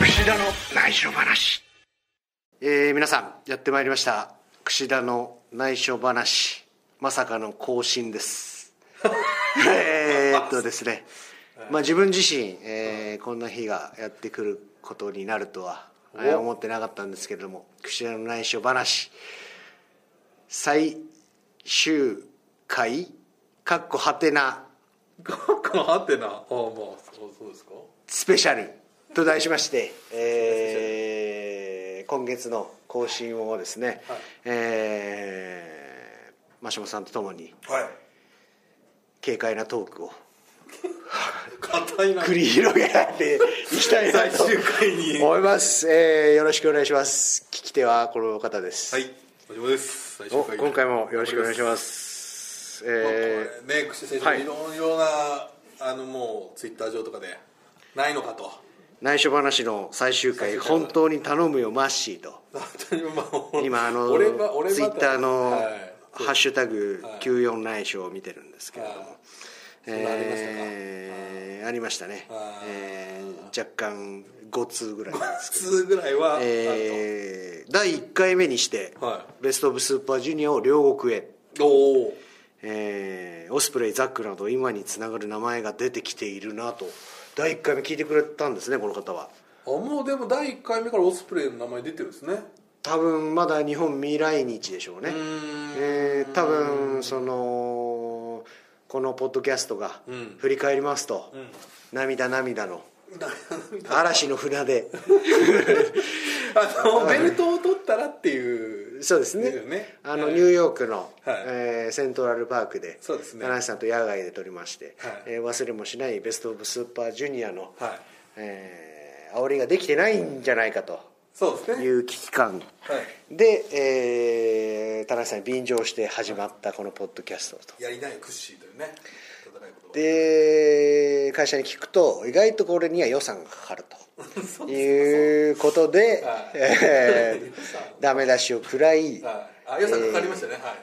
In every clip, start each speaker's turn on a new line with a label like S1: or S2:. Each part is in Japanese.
S1: 串田の内緒話
S2: えー皆さんやってまいりました櫛田の内緒話まさかの更新ですえーっとですね、まあ、自分自身、えーこんな日がやってくることになるとはえー思ってなかったんですけれども櫛田の内緒話最終回かっこはてな
S3: ガッカンハテナああまあそうそうですか
S2: スペシャルと題しまして、えー今月の更新をですね、えー真島さんとともに
S3: はい
S2: 軽快なトークを
S3: 硬いな
S2: 繰り広げられていきたいな
S3: 最
S2: と
S3: 終回には
S2: 思います、えーよろしくお願いします聞き手はこの方です、
S3: い大丈夫です最終
S2: お
S3: 回
S2: 今回もよろしくお願いしますす
S3: まあこ
S2: え
S3: れね串先
S2: は
S3: 生
S2: い
S3: いろいろなあのもうツイッター上とかでないのかと
S2: ー内緒話の最終回本当に頼むよマッシーと
S3: 本当にま
S2: 今
S3: あ
S2: あの
S3: 俺は俺は
S2: ツイッターの
S3: はい
S2: 「ハッシュタグ
S3: はい
S2: #94 内緒」を見てるんですけれども、
S3: はそんなありましたか
S2: えーありましたね
S3: あ、ー
S2: えー若干5通ぐらいなんです
S3: 普通ぐらいはあると
S2: えー第1回目にして、
S3: は
S2: ベスト・オブ・スーパージュニア」を両国へ、
S3: おお
S2: えーオスプレイザックなど今につながる名前が出てきているなと第1回目聞いてくれたんですねこの方は
S3: あもうでも第1回目からオスプレイの名前出てるん ですね
S2: 多分まだ日本未来日でしょうね
S3: ん
S2: えー多分そのこのポッドキャストが
S3: うん
S2: 振り返りますと、涙涙の嵐の船 で
S3: あのベルトを取ったらっていう
S2: そうですね
S3: だよね
S2: あの
S3: はい
S2: ニューヨークの、
S3: はい
S2: えーセントラルパークで
S3: そうですね
S2: 棚橋さんと野外で撮りまして、
S3: はい
S2: えー忘れもしないベスト・オブ・スーパージュニアの、
S3: はい
S2: えー煽りができてないんじゃないかと
S3: そうです
S2: い
S3: ね
S2: う危機感
S3: はい
S2: で、えー、田中さんに便乗して始まったこのポッドキャストと
S3: やりないクッシーというね戦いこと
S2: で会社に聞くと意外とこれには予算がかかる ということで、
S3: はい
S2: えー
S3: 予算
S2: ダメ出しを食らい、
S3: はいあ予算かかりましたね、はいはいはい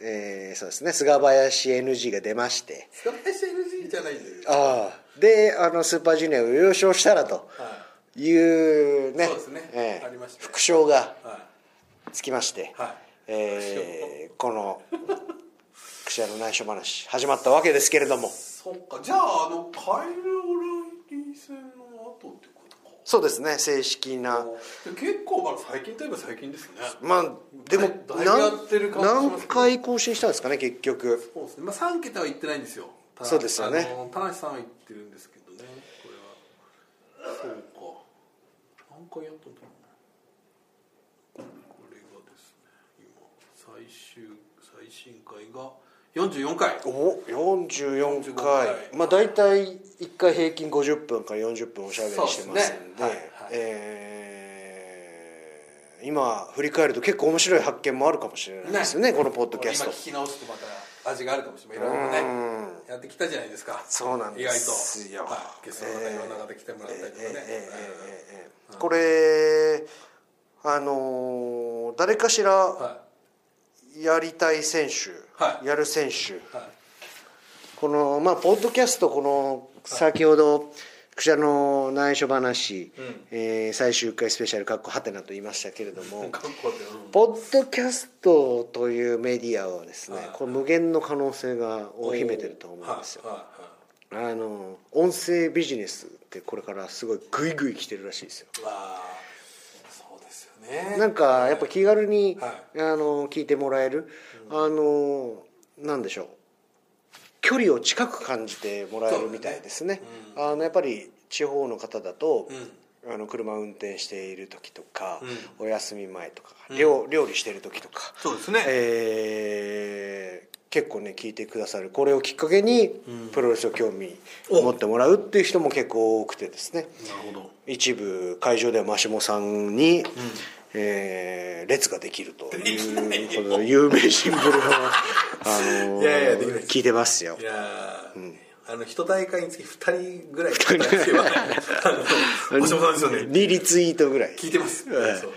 S2: えーそうですね菅林 NG が出まして
S3: スカパイシ NG じゃないんで
S2: ああであのスーパージュニアを優勝したらと
S3: は
S2: いうね
S3: そうですね
S2: えー
S3: ありましたね
S2: 副賞が
S3: いは
S2: つきまして、
S3: はい
S2: え ーこの「櫛屋の内緒話」始まったわけですけれども
S3: いそっかじゃああのカイル・オライリー戦の後ってことか
S2: そうですね正式な
S3: で結構まだ最近といえば最近ですね
S2: まあでも
S3: だいぶやって
S2: 何
S3: る感じしますね
S2: 何回更新したんですかね結局
S3: そうですね、まあ、3桁は行ってないんですよただ
S2: そうですよね
S3: あの田無さんは行ってるんですけどねこれはそうか何回やったんだろうなこれがですね今最終最新回が44回
S2: お44
S3: 45
S2: 回
S3: 回
S2: まあ大体1回平均50分から40分おしゃべり
S3: そうで
S2: して
S3: すね
S2: ますんで
S3: はいはい
S2: えー今振り返ると結構面白い発見もあるかもしれないですよねこのポッドキャスト
S3: これ今聞き直すとまた味があるかもしれないいろいろねやってきたじゃないですか
S2: そうなんですよ
S3: 意外と、はい、ゲストの方いろんな方来てもらったりとかね、
S2: ええーこれあのー誰かし
S3: は
S2: ら
S3: い
S2: やりたい選手、
S3: はい
S2: やる選手、
S3: はい
S2: このまあポッドキャストこの先ほど「くしゃの内緒話、えー最終回スペシャル」かっこはてなと言いましたけれども
S3: 韓国で、うん
S2: ポッドキャストというメディアはですねこれ無限の可能性がを秘めてると思うんですよ
S3: はいはいはい
S2: あの音声ビジネスってこれからすごいグイグイ来てるらしいですよ
S3: まあそうですよね
S2: なんかやっぱ気軽に、
S3: は
S2: あの聞いてもらえる、あのなんでしょう距離を近く感じてもらえるみたいですねあのやっぱり地方の方だと、あの車運転している時とか、お休み前とか、料料理してる時とか、
S3: そうですね
S2: えー結構ね聞いてくださるこれをきっかけにプロレスを興味を持ってもらうっていう人も結構多くてですね、
S3: なるほど
S2: 一部会場では真下さんに、えー列ができるというほど有名人ぶりの、あの
S3: いやいやできないです
S2: 聞いてますよ
S3: いやー、あの一大会につき二人ぐらい聞いてます よあのおしもさんですよね
S2: 2リツイートぐらい
S3: 聞いてます、そう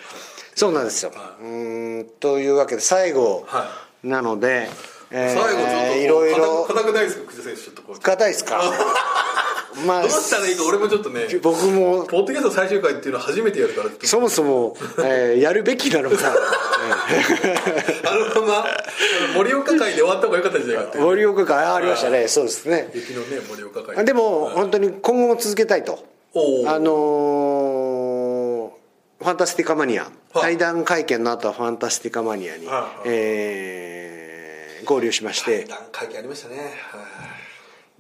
S2: そうなんですよ、
S3: はいう
S2: ーんというわけで最後
S3: は
S2: なので、えー
S3: 最後ちょっと
S2: いろいろ
S3: 硬く硬くないですか久世選手ちょっとこう
S2: 硬いですかまあ
S3: どうしたらいいか俺もちょっとね
S2: 僕も
S3: ポッドキャスト最終回っていうのは初めてやるからちょっと
S2: そもそも、えーやるべきな のか
S3: あのまま盛岡会で終わった方が良かったんじ ゃないかっていう
S2: 盛岡会あありましたねそうですね
S3: 雪のね盛岡会
S2: でも本当に今後も続けたいと
S3: おお
S2: あのーファンタスティカマニア」対談会見の後はファンタスティカマニア」に、
S3: はい
S2: えー合流しまして
S3: 段会議ありましたねはい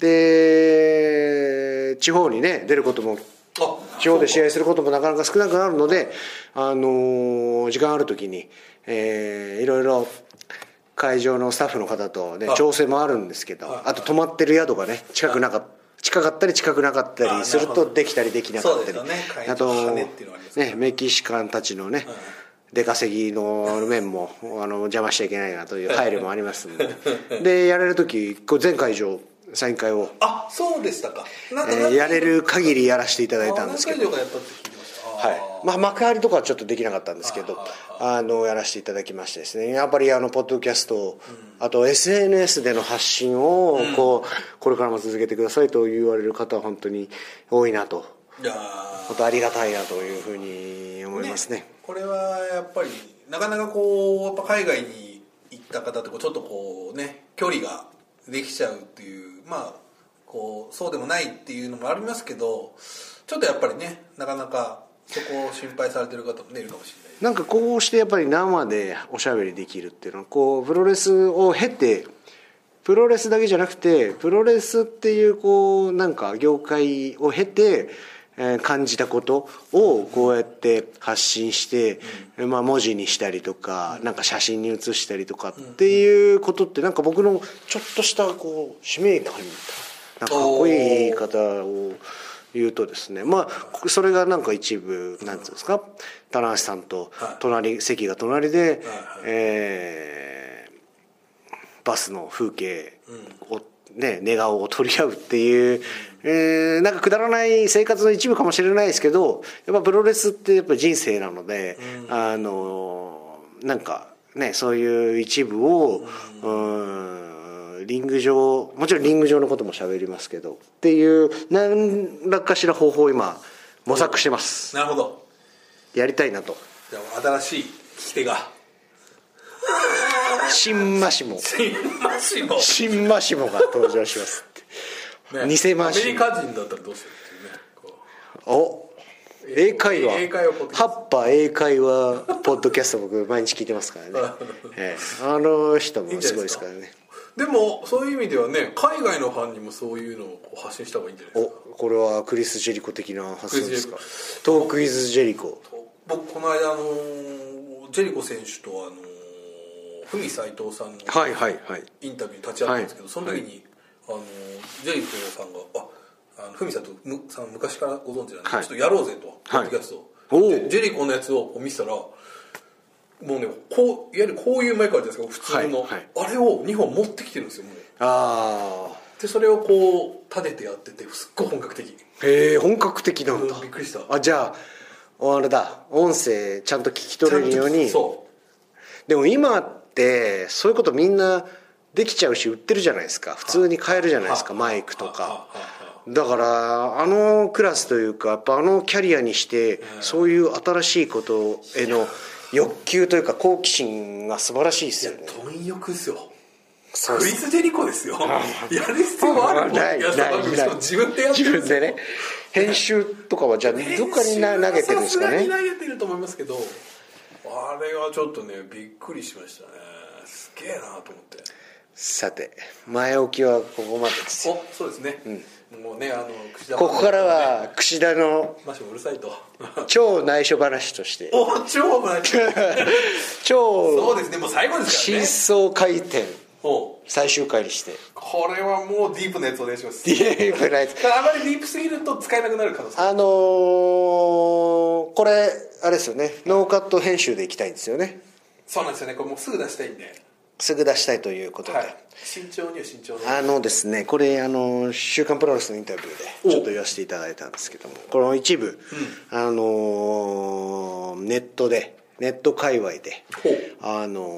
S2: で地方にね出ることも
S3: あ
S2: 地方で試合することもなかなか少なくなるので、あのー時間ある時に、えーいろいろ会場のスタッフの方と、ね
S3: は、い
S2: 調整もあるんですけど、あと泊まってる宿がね近くなか近かったり近くなかった
S3: あ
S2: りする
S3: なるほ
S2: と
S3: ど
S2: できたりできなかったり、
S3: そうですよね
S2: あと
S3: 会場の羽っていうのがありますから
S2: ねメキシカンたちのね、出稼ぎの面もあの邪魔しちゃいけないなという配慮もありますんででやれる時こう全会場サイン会を、
S3: あそうでしたかな
S2: え
S3: んかなん
S2: ー
S3: か
S2: やれる限りやらせていただいたんですけど
S3: 何会場がやったって聞いてましたあー
S2: はいまあ、幕張とかはちょっとできなかったんですけどあのやらせていただきましてですねやっぱりあのポッドキャストを、あと SNS での発信をこう、これからも続けてくださいと言われる方は本当に多いなと
S3: いや
S2: 本当ありがたいなというふうに思
S3: ー
S2: いますね
S3: これはやっぱりなかなかこうやっぱ海外に行った方ってこうちょっとこうね距離ができちゃうっていうまあこうそうでもないっていうのもありますけどちょっとやっぱりねなかなかそこを心配されてる方もねいるかもしれない
S2: なんかこうしてやっぱり生でおしゃべりできるっていうのはこうプロレスを経てプロレスだけじゃなくてプロレスっていうこうなんか業界を経てえー感じたことをこうやって発信して、まあ、文字にしたりとかなんか写真に写したりとかっていうことってなんか僕のちょっとしたこう使命感みたいななんかかっこいい言い方を言うとですねまあそれがなんか一部なんていうんですか棚橋さんと隣席が隣でえーバスの風景をね寝顔を取り合うっていうえーなんかくだらない生活の一部かもしれないですけどやっぱプロレスってやっぱ人生なのであのなんかねそういう一部をうーんリング上もちろんリング上のことも喋りますけどっていう何らかしら方法を今模索してます
S3: なるほど
S2: やりたいなと
S3: じゃあ新しい聞き手が
S2: 新マシモ
S3: 新マシも
S2: 新マシモが登場しますって、
S3: ね
S2: 偽マ
S3: アメ
S2: シ
S3: リ
S2: モ
S3: カ人だったらどうするっていうねこ
S2: お英会話
S3: 英会話ポッドキャス
S2: ハ
S3: ト
S2: ッパ英会話ポッドキャスト僕毎日聞いてますからね、ええあの人もすごいですからね
S3: うでもそういう意味ではね海外のファンにもそういうのをこう発信した方がいいんじゃないですか
S2: おこれはクリス・ジェリコ的な発想ですか
S3: クリ
S2: トークイズ・ジェリコ
S3: 僕この間あのージェリコ選手とあのーフミ斎藤さんの
S2: はいはいはい
S3: インタビューに立ち会ったんですけど、
S2: はい
S3: その時に、あのージェリコさんが「ああのフミさんとむさん昔からご存知なんで、
S2: はい
S3: ちょっとやろうぜ」と「ポ
S2: は
S3: ッ
S2: い
S3: ドキャスト
S2: お
S3: を
S2: う」
S3: でジェリコのやつを見せたらもうねこういわゆるこういうマイクあるじゃないですか普通の、
S2: はいはい
S3: あれを2本持ってきてるんですよもう
S2: ああ
S3: でそれをこう立ててやっててすっごい本格的
S2: へえ本格的なんだ
S3: うんびっくりした
S2: あじゃああれだ音声ちゃんと聞き取れるように
S3: そ
S2: でも今ってそういうことみんなできちゃうし売ってるじゃないですか普通に買えるじゃないですかマイク
S3: う
S2: と
S3: は
S2: か
S3: はは
S2: だからあのクラスというかやっぱあのキャリアにしてそういう新しいことへの欲求というか好奇心が素晴らしいですよね
S3: 貪欲ですよ
S2: そう
S3: ク
S2: で
S3: リ
S2: す
S3: ス・ジェリコですよやる必要はあるもん
S2: ない
S3: や
S2: ない
S3: その番組
S2: ない
S3: しかも自分でやって
S2: 自
S3: る
S2: 分でね編集とかはじゃあどっかにな投げてるんですか
S3: さ
S2: ね
S3: すがに投げてると思いますけどあれはちょっとねびっくりしましたねすげえなと思って
S2: さて前置きはここまでですよ
S3: おそうですね、もうねあの串田
S2: ここからは櫛田の
S3: マシもうるさいと
S2: 超内緒話として
S3: お超マシそ
S2: 超
S3: うですねもう最後ですから
S2: 真
S3: ね
S2: 相回転
S3: お
S2: 最終回にして
S3: これはもうディープなやつお願いします
S2: ディープライズ
S3: ただあまりディープすぎると使えなくなる可能性
S2: あのー、これあれですよねノーカット編集でいきたいんですよね
S3: そうなんですよねこれもうすぐ出したいんです
S2: ぐ出したいということで、
S3: はい慎重には慎重に
S2: あのですねこれあの「週刊プロレス」のインタビューでちょっと言わせていただいたんですけどもこの一部、あのーネットでネット界隈で
S3: ほう
S2: あの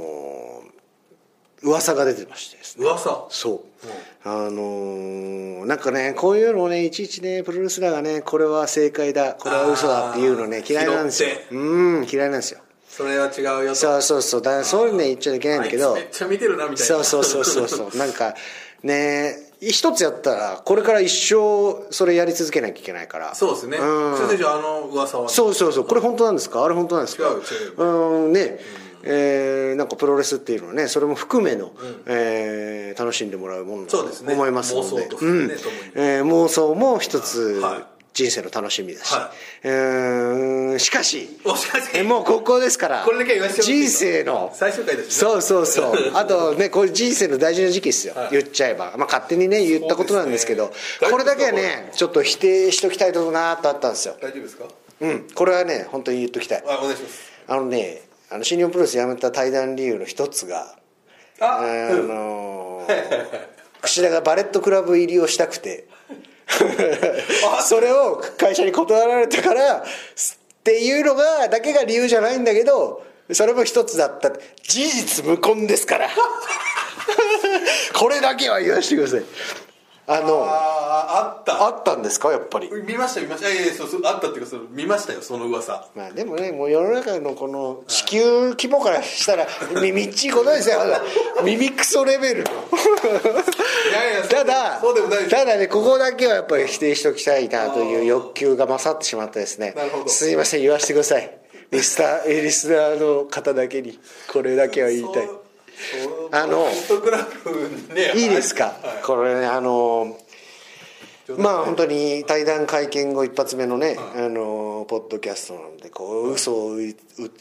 S2: ー噂が出てましてですね
S4: 噂
S2: そうあのーなんかねこういうのをねいちいちねプロレスラーがねこれは正解だこれは嘘だっていうのね
S4: あー
S2: 嫌いなんですよ
S4: 拾って
S2: うん嫌いなんですよ
S4: それは違うよと
S2: そうそうそうだからそういうのね言っちゃいけないんだけど
S4: あいつめっちゃ見てるなみたいな
S2: そうそうそうそうそう なんかね一つやったらこれから一生それやり続けなきゃいけないか ら
S4: そうですね
S2: ん
S4: 先生じゃああの噂はね
S2: そうそうそうこれ本当なんですかあれ本当なんですか
S4: 違う違う
S2: うんねえーなんかプロレスっていうのはねそれも含めの、えー楽しんでもらうものだと
S4: そうですね
S2: 思いますので
S4: 妄想と含めね
S2: うん
S4: 共に
S2: えー妄想も一つ
S4: は
S2: 人生の楽しみだし、
S4: は
S2: うーんしかし
S4: もしかして
S2: えーもうここですから
S4: これだけは言わせてほしい
S2: 人生の
S4: 最終回ですね
S2: そうそう そうあとねこれ人生の大事な時期ですよ、
S4: はい
S2: 言っちゃえば、まあ、勝手にね言ったことなんですけど
S4: そうですね
S2: これだけはねちょっと否定しときたいとなーとあったんですよ
S4: 大丈夫ですか
S2: うんこれはね本当に言っときたい
S4: あお願いします
S2: あのねあの新日本プロレス辞めた対談理由の一つが
S4: あ
S2: あの ー櫛田がバレットクラブ入りをしたくて それを会社に断られたからっていうのがだけが理由じゃないんだけどそれも一つだった事実無根ですから これだけは言わせてくださいあのあ
S4: ああった
S2: ったんですかやっぱり
S4: 見ました見ましたいやいやそうそうあったっていうかその見ましたよその噂
S2: まあでもねもう世の中のこの地球規模からし たら耳っちいことですよ耳クソレベルの
S4: いやいやそう
S2: ただ
S4: そうでもないです
S2: ただねここだけはやっぱり否定しておきたいなという欲求が勝ってしまったですね
S4: なるほど
S2: すいません言わせてくださいリスターリスナーの方だけにこれだけは言いたい
S4: そう
S2: あの
S4: ホットクラブね
S2: いいですか、
S4: はい
S2: これねあの
S4: ちょっと
S2: まあ本当に対談会見後一発目のね、あのポッドキャストなのでこう嘘をい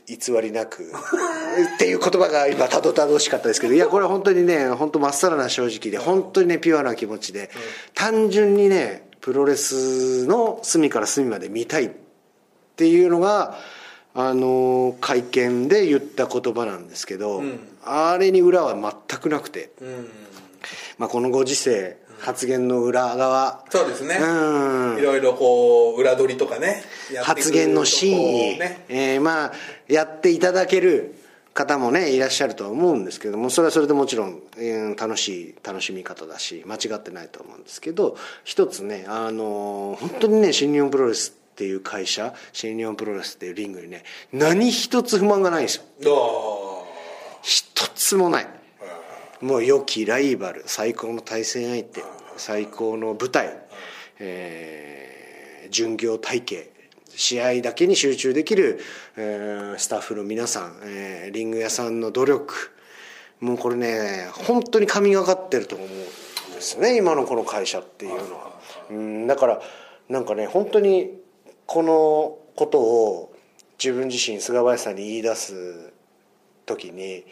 S2: 偽りなく っていう言葉が今たどたどしかったですけどいやこれは本当にね本当まっさらな正直で本当にねピュアな気持ちで単純にねプロレスの隅から隅まで見たいっていうのがあの会見で言った言葉なんですけど、あれに裏は全くなくて。
S4: うん
S2: まあ、このご時世発言の裏側、
S4: そうですね
S2: うん
S4: いろいろこう裏取りとかねやってくる
S2: 発言の真意、
S4: とこうね
S2: えーまあ、やっていただける方もねいらっしゃるとは思うんですけどもそれはそれでもちろん、えー楽しい楽しみ方だし間違ってないと思うんですけど一つね、あのー本当にね新日本プロレスっていう会社新日本プロレスっていうリングにね何一つ不満がないんですよ
S4: ど
S2: 一つもないもう良きライバル最高の対戦相手最高の舞台えー巡業体系試合だけに集中できる、えースタッフの皆さん、えーリング屋さんの努力もうこれね本当に神がかってると思うんですよね今のこの会社っていうのは。うんだからなんかね本当にこのことを自分自身菅林さんに言い出す時に、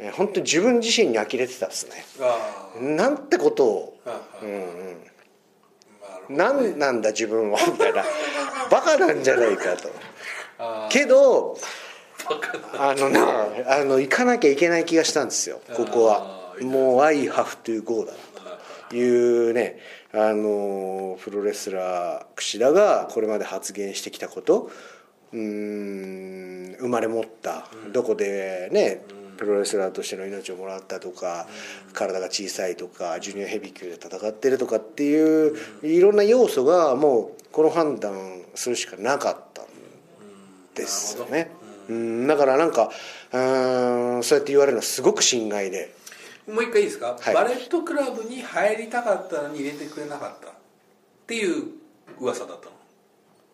S2: えー本当に自分自身に呆れてたんですね
S4: うあー
S2: なんてことを
S4: あー
S2: うんうん
S4: なるほど
S2: 何なんだ自分はみたいなバカなんじゃないかと
S4: あ
S2: けど
S4: ーバカだ
S2: あのなあの行かなきゃいけない気がしたんですよここは
S4: あー
S2: もう「I have to go」だというねあのプロレスラー櫛田がこれまで発言してきたことうーん生まれ持ったどこでねプロレスラーとしての命をもらったとか体が小さいとかジュニアヘビー級で戦ってるとかっていういろんな要素がもうこの判断するしかなかったんですよね。うん、だからなんかうーんそうやって言われるのはすごく心外で
S4: もう一回いいですか、
S2: はい
S4: バレットクラブに入りたかったのに入れてくれなかったっていう噂だったの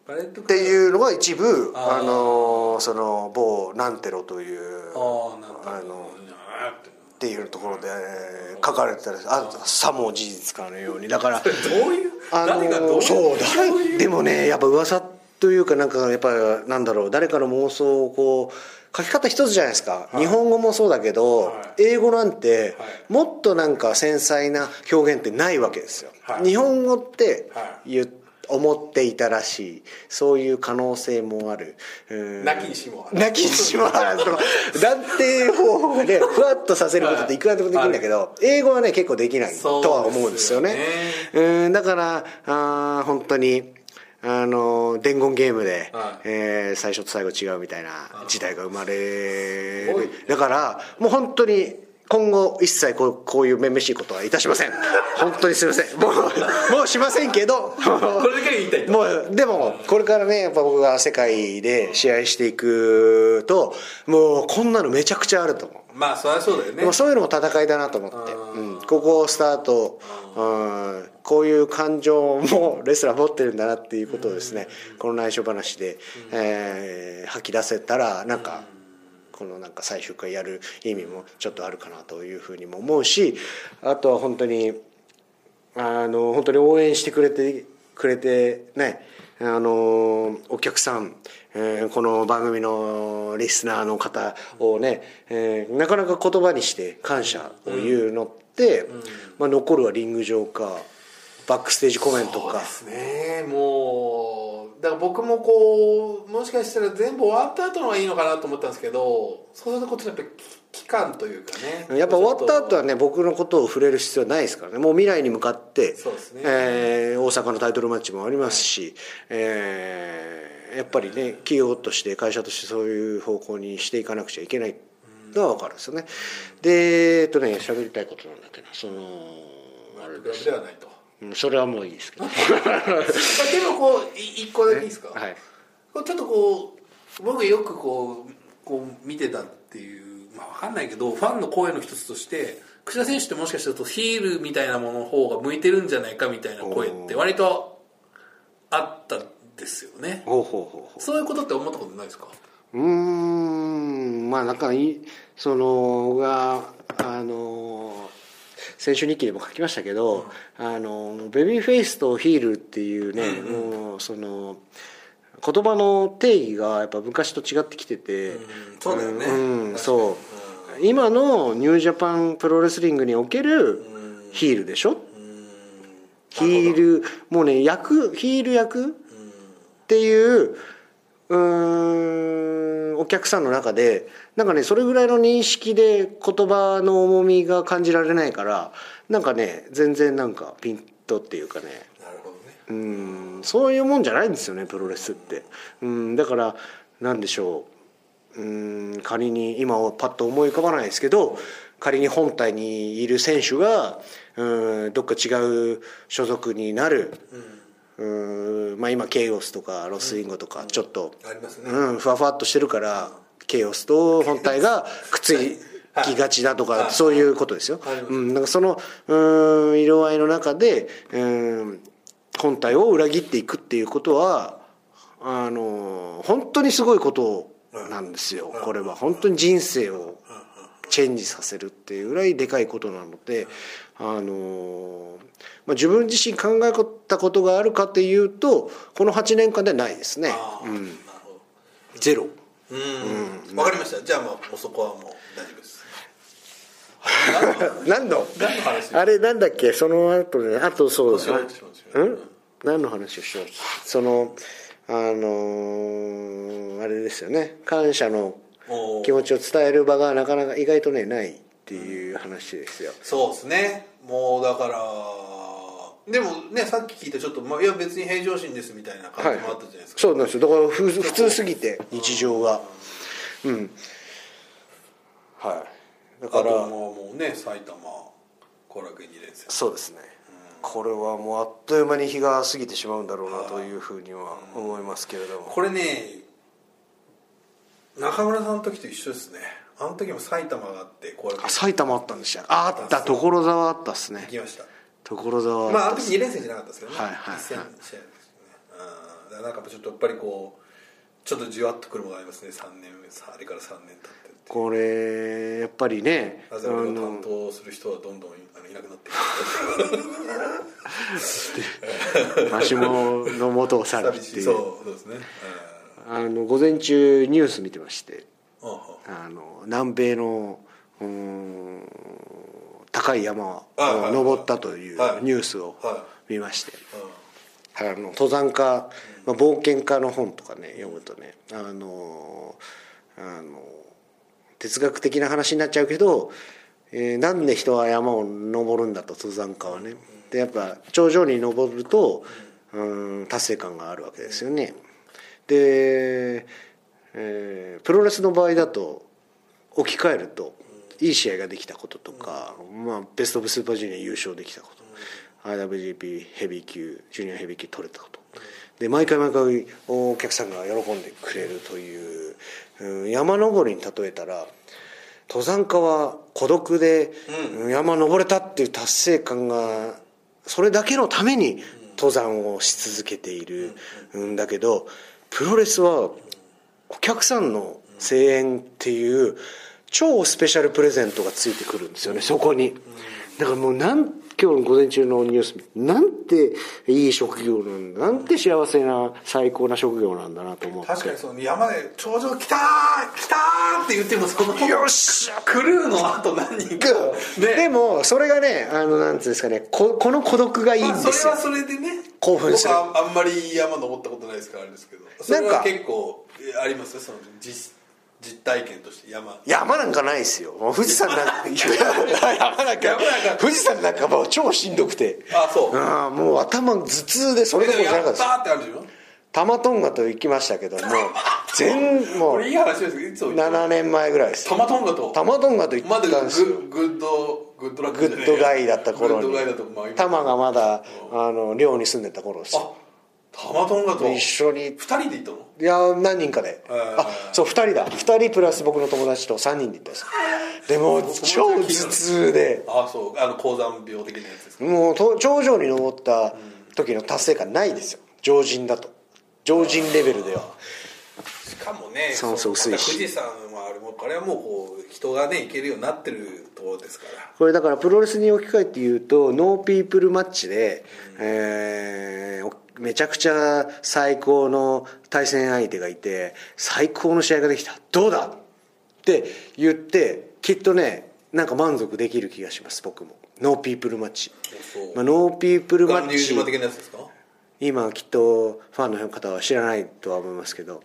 S4: バレット
S2: っ
S4: ク
S2: て
S4: ラブ
S2: いうのが一部
S4: あ
S2: あ
S4: ー
S2: のその某ナンテロという
S4: ああなるほど
S2: あの
S4: あーって
S2: っていうところでえー書かれてたらあさも事実かのようにだか ら
S4: どういう、
S2: あの
S4: 誰がどういう
S2: そう
S4: どうい
S2: 誰
S4: う
S2: でもねやっぱ噂というかなんかやっぱなんだろう誰かの妄想をこう書き方一つじゃないですか、日本語もそうだけど、
S4: はい
S2: 英語なんて
S4: はい
S2: もっとなんか繊細な表現ってないわけですよ、
S4: はい
S2: 日本語って
S4: は
S2: 言う思っていたらしいそういう可能性もあるうん
S4: なきにしもあらず
S2: 泣きにしもあらずとか断定方法 がねふわっとさせることっていくらでもできるんだけど英語はね結構できないとは思うんですよね
S4: そうです
S2: うんだからあー本当にあの伝言ゲームで、
S4: はい
S2: えー最初と最後違うみたいな時代が生まれ
S4: すごい
S2: るだからもう本当に今後一切こうこういうめめしいことはいたしません本当にすいませんもうもうしませんけど
S3: これだけは言いたいと
S2: もうでもこれからねやっぱ僕が世界で試合していくともうこんなのめちゃくちゃあると思う
S3: まあそりゃそうだよね
S2: でもそういうのも戦いだなと思って、うん、ここをスタート、うん、こういう感情もレスラー持ってるんだなっていうことをですね、この内緒話で、えー吐き出せたらなんか、このなんか最終回やる意味もちょっとあるかなというふうにも思うしあとは本当にあの本当に応援してくれてくれてねあのお客さん、えーこの番組のリスナーの方をね、えーなかなか言葉にして感謝を言うのって、まあ、残るはリング上かバックステージコメント
S3: そう
S2: か
S3: ですねもうだから僕もこうもしかしたら全部終わった後の方がいいのかなと思ったんですけどそうするとこっちのやっぱりき期間というかね
S2: やっぱ終わった後は
S3: ね
S2: ね僕のことを触れる必要はないですからねもう未来に向かって、
S3: そうですね
S2: えー大阪のタイトルマッチもありますし、えーやっぱりね企業として会社としてそういう方向にしていかなくちゃいけないのは分かるんですよね。でえっとね喋りたいことなんだっけどそのあれ
S3: グラムではないと
S2: うんそれはもういいですけ どは
S3: まあでもこうい一個だけいいですか、
S2: い
S3: こうちょっとこう僕よくこうこう見てたっていうまあ分かんないけどファンの声の一つとして櫛田選手ってもしかしたらヒールみたいなものの方が向いてるんじゃないかみたいな声って割とあったんですよね
S2: ほうほうほうほう
S3: そういうことって思ったことないですか
S2: うーんまあなんかいいその僕があの選手日記でも書きましたけど、あのベビーフェイスとヒールっていうね、もうその言葉の定義がやっぱ昔と違ってきてて、
S3: そうだよね
S2: うん、そう今のニュージャパンプロレスリングにおけるヒールでしょ、ヒールもうね役ヒール役っていううーんお客さんの中でなんかねそれぐらいの認識で言葉の重みが感じられないからなんかね全然なんかピントっていうかね
S3: なるほどね
S2: うんそういうもんじゃないんですよねプロレスってうんだからなんでしょううん仮に今はパッと思い浮かばないですけど仮に本体にいる選手がうんどっか違う所属になるうんまあ今ケイオスとかロスインゴとかちょっと
S3: ありますね
S2: うんふわふわっとしてるからケイオスと本体がくっついきがちだと
S3: は
S2: か
S3: い
S2: そういうことですよ
S3: はいはい
S2: うん、なんかそのうん色合いの中でうん本体を裏切っていくっていうことはあの本当にすごいことなんですよこれは本当に人生をチェンジさせるっていうぐらいでかいことなのであの、まあ、自分自身考えたことがあるかっていうとこの8年間ではないですね
S3: ああ、なるほど
S2: ゼロ。
S3: うん、わかりましたじゃあまあもうそこはもう大丈夫です
S2: 何の
S3: 何の話
S2: あれなんだっけその後ねあとそう
S3: しようしようしようん
S2: 何の話をしようそのあのーあれですよね感謝の
S3: おー
S2: 気持ちを伝える場がなかなか意外とねないっていう話ですよ
S3: そうですねもうだからでもねさっき聞いたちょっと、まあ、いや別に平常心ですみたいな感じもあったじゃないですか、
S2: そうなんですよだからふ普通すぎて日常がうんはいだから
S3: あともうもうね埼玉後楽園2連戦
S2: そうですねこれはもうあっという間に日が過ぎてしまうんだろうなというふうには思いますけれども
S3: これね中村さんの時と一緒ですねあの時も埼玉があって後楽園
S2: あ埼玉あったんでしたああった所沢あったっすね
S3: 行きました
S2: 所沢
S3: まあ
S2: あ
S3: あ
S2: っ
S3: の
S2: たっす
S3: 時2連戦じゃなかったですけどね、
S2: はいはいはい
S3: 一戦試合ですよねうんだからなんかちょっとやっぱりこうちょっとじわっとくるものがありますね3年目さあれから3年経ってっていう
S2: これやっぱりねあ
S3: なぜ俺の
S2: の
S3: 担当する人はどんどんいあのいなくなってい
S2: マシモの元を去る
S3: く
S2: ってい
S3: そ
S2: う
S3: うそうですね
S2: あの午前中ニュース見てまして
S3: うんうんうん
S2: あの南米のうーん高い山を
S3: はいはいはい
S2: 登ったという
S3: はい
S2: ニュースを
S3: は
S2: 見まして
S3: うん
S2: あの登山家、まあ、冒険家の本とかね読むとねあのあの哲学的な話になっちゃうけど、えーなんで人は山を登るんだと登山家はねでやっぱ頂上に登ると、うん、達成感があるわけですよねで、えープロレスの場合だと置き換えるといい試合ができたこととか、まあ、ベスト・オブ・スーパージュニア優勝できたこと IWGP ヘビー級ジュニアヘビー級取れたことで毎回毎回お客さんが喜んでくれるという、うん山登りに例えたら登山家は孤独で、うん山登れたっていう達成感がそれだけのために登山をし続けているんだけどプロレスはお客さんの声援っていう超スペシャルプレゼントがついてくるんですよねそこにだからもうなん今日の午前中のニュースなんていい職業なんだなんて幸せな最高な職業なんだなと思って
S3: 確かにその山で頂上来たー来たーって言ってもその
S2: よっしゃ
S3: クルーの後何人かね
S2: でもそれがねあのなんていうんですかねここの孤独がいいん
S3: まあ、
S2: です
S3: そ
S2: よ、
S3: れはそれでね
S2: 興奮する
S3: 僕はあんまり山登ったことないですからあれですけどそれ
S2: なん
S3: は
S2: か
S3: 結構えありますよその実実体験として山
S2: 山なんかないですよもう富士山なんかいや山なんか
S3: 山なんか
S2: 富士山なんかもう超しんどくて
S3: あそう
S2: ああもう頭頭痛でそれどころじゃなかった
S3: やっ
S2: です
S3: たーってあるでしょ
S2: 玉トンガと行きました けども全も
S3: こ
S2: う
S3: れいい話ですけどいつも言って
S2: 7年前ぐらいです
S3: たまトンガと
S2: 玉トンガと行
S3: ま
S2: っ
S3: だ
S2: たん
S3: グ
S2: ですよ
S3: ッグッドグッドラッ
S2: グ
S3: クじゃな
S2: ッ
S3: い
S2: ドガイだった頃
S3: グッ
S2: に
S3: ドガイだとまあ今
S2: 玉がまだあの寮に住んでた頃ですよ
S3: あタマトンガと
S2: 一緒に
S3: 二人で行ったの
S2: いやー何人かで、
S3: ー
S2: あそう2人だ2人プラス僕の友達と3人で行ったんで すでもう超頭痛で
S3: あそうあの高山病的なやつですか
S2: もうと頂上に登った時の達成感ないですよ常人だと常人レベルでは
S3: しかもね
S2: 酸素薄いし
S3: また富士山はあれもこれはもうこう人がね行けるようになってるところですから
S2: これだからプロレスに置き換えて言うとノーピープルマッチで、えーおめちゃくちゃ最高の対戦相手がいて最高の試合ができたどうだって言ってきっとねなんか満足できる気がします僕もノーピープルマッチ、
S3: そう
S2: まあ、ノーピープルマ
S3: 巌
S2: ッ
S3: 流
S2: チ
S3: 島的なやつですか
S2: 今きっとファンの方は知らないとは思いますけど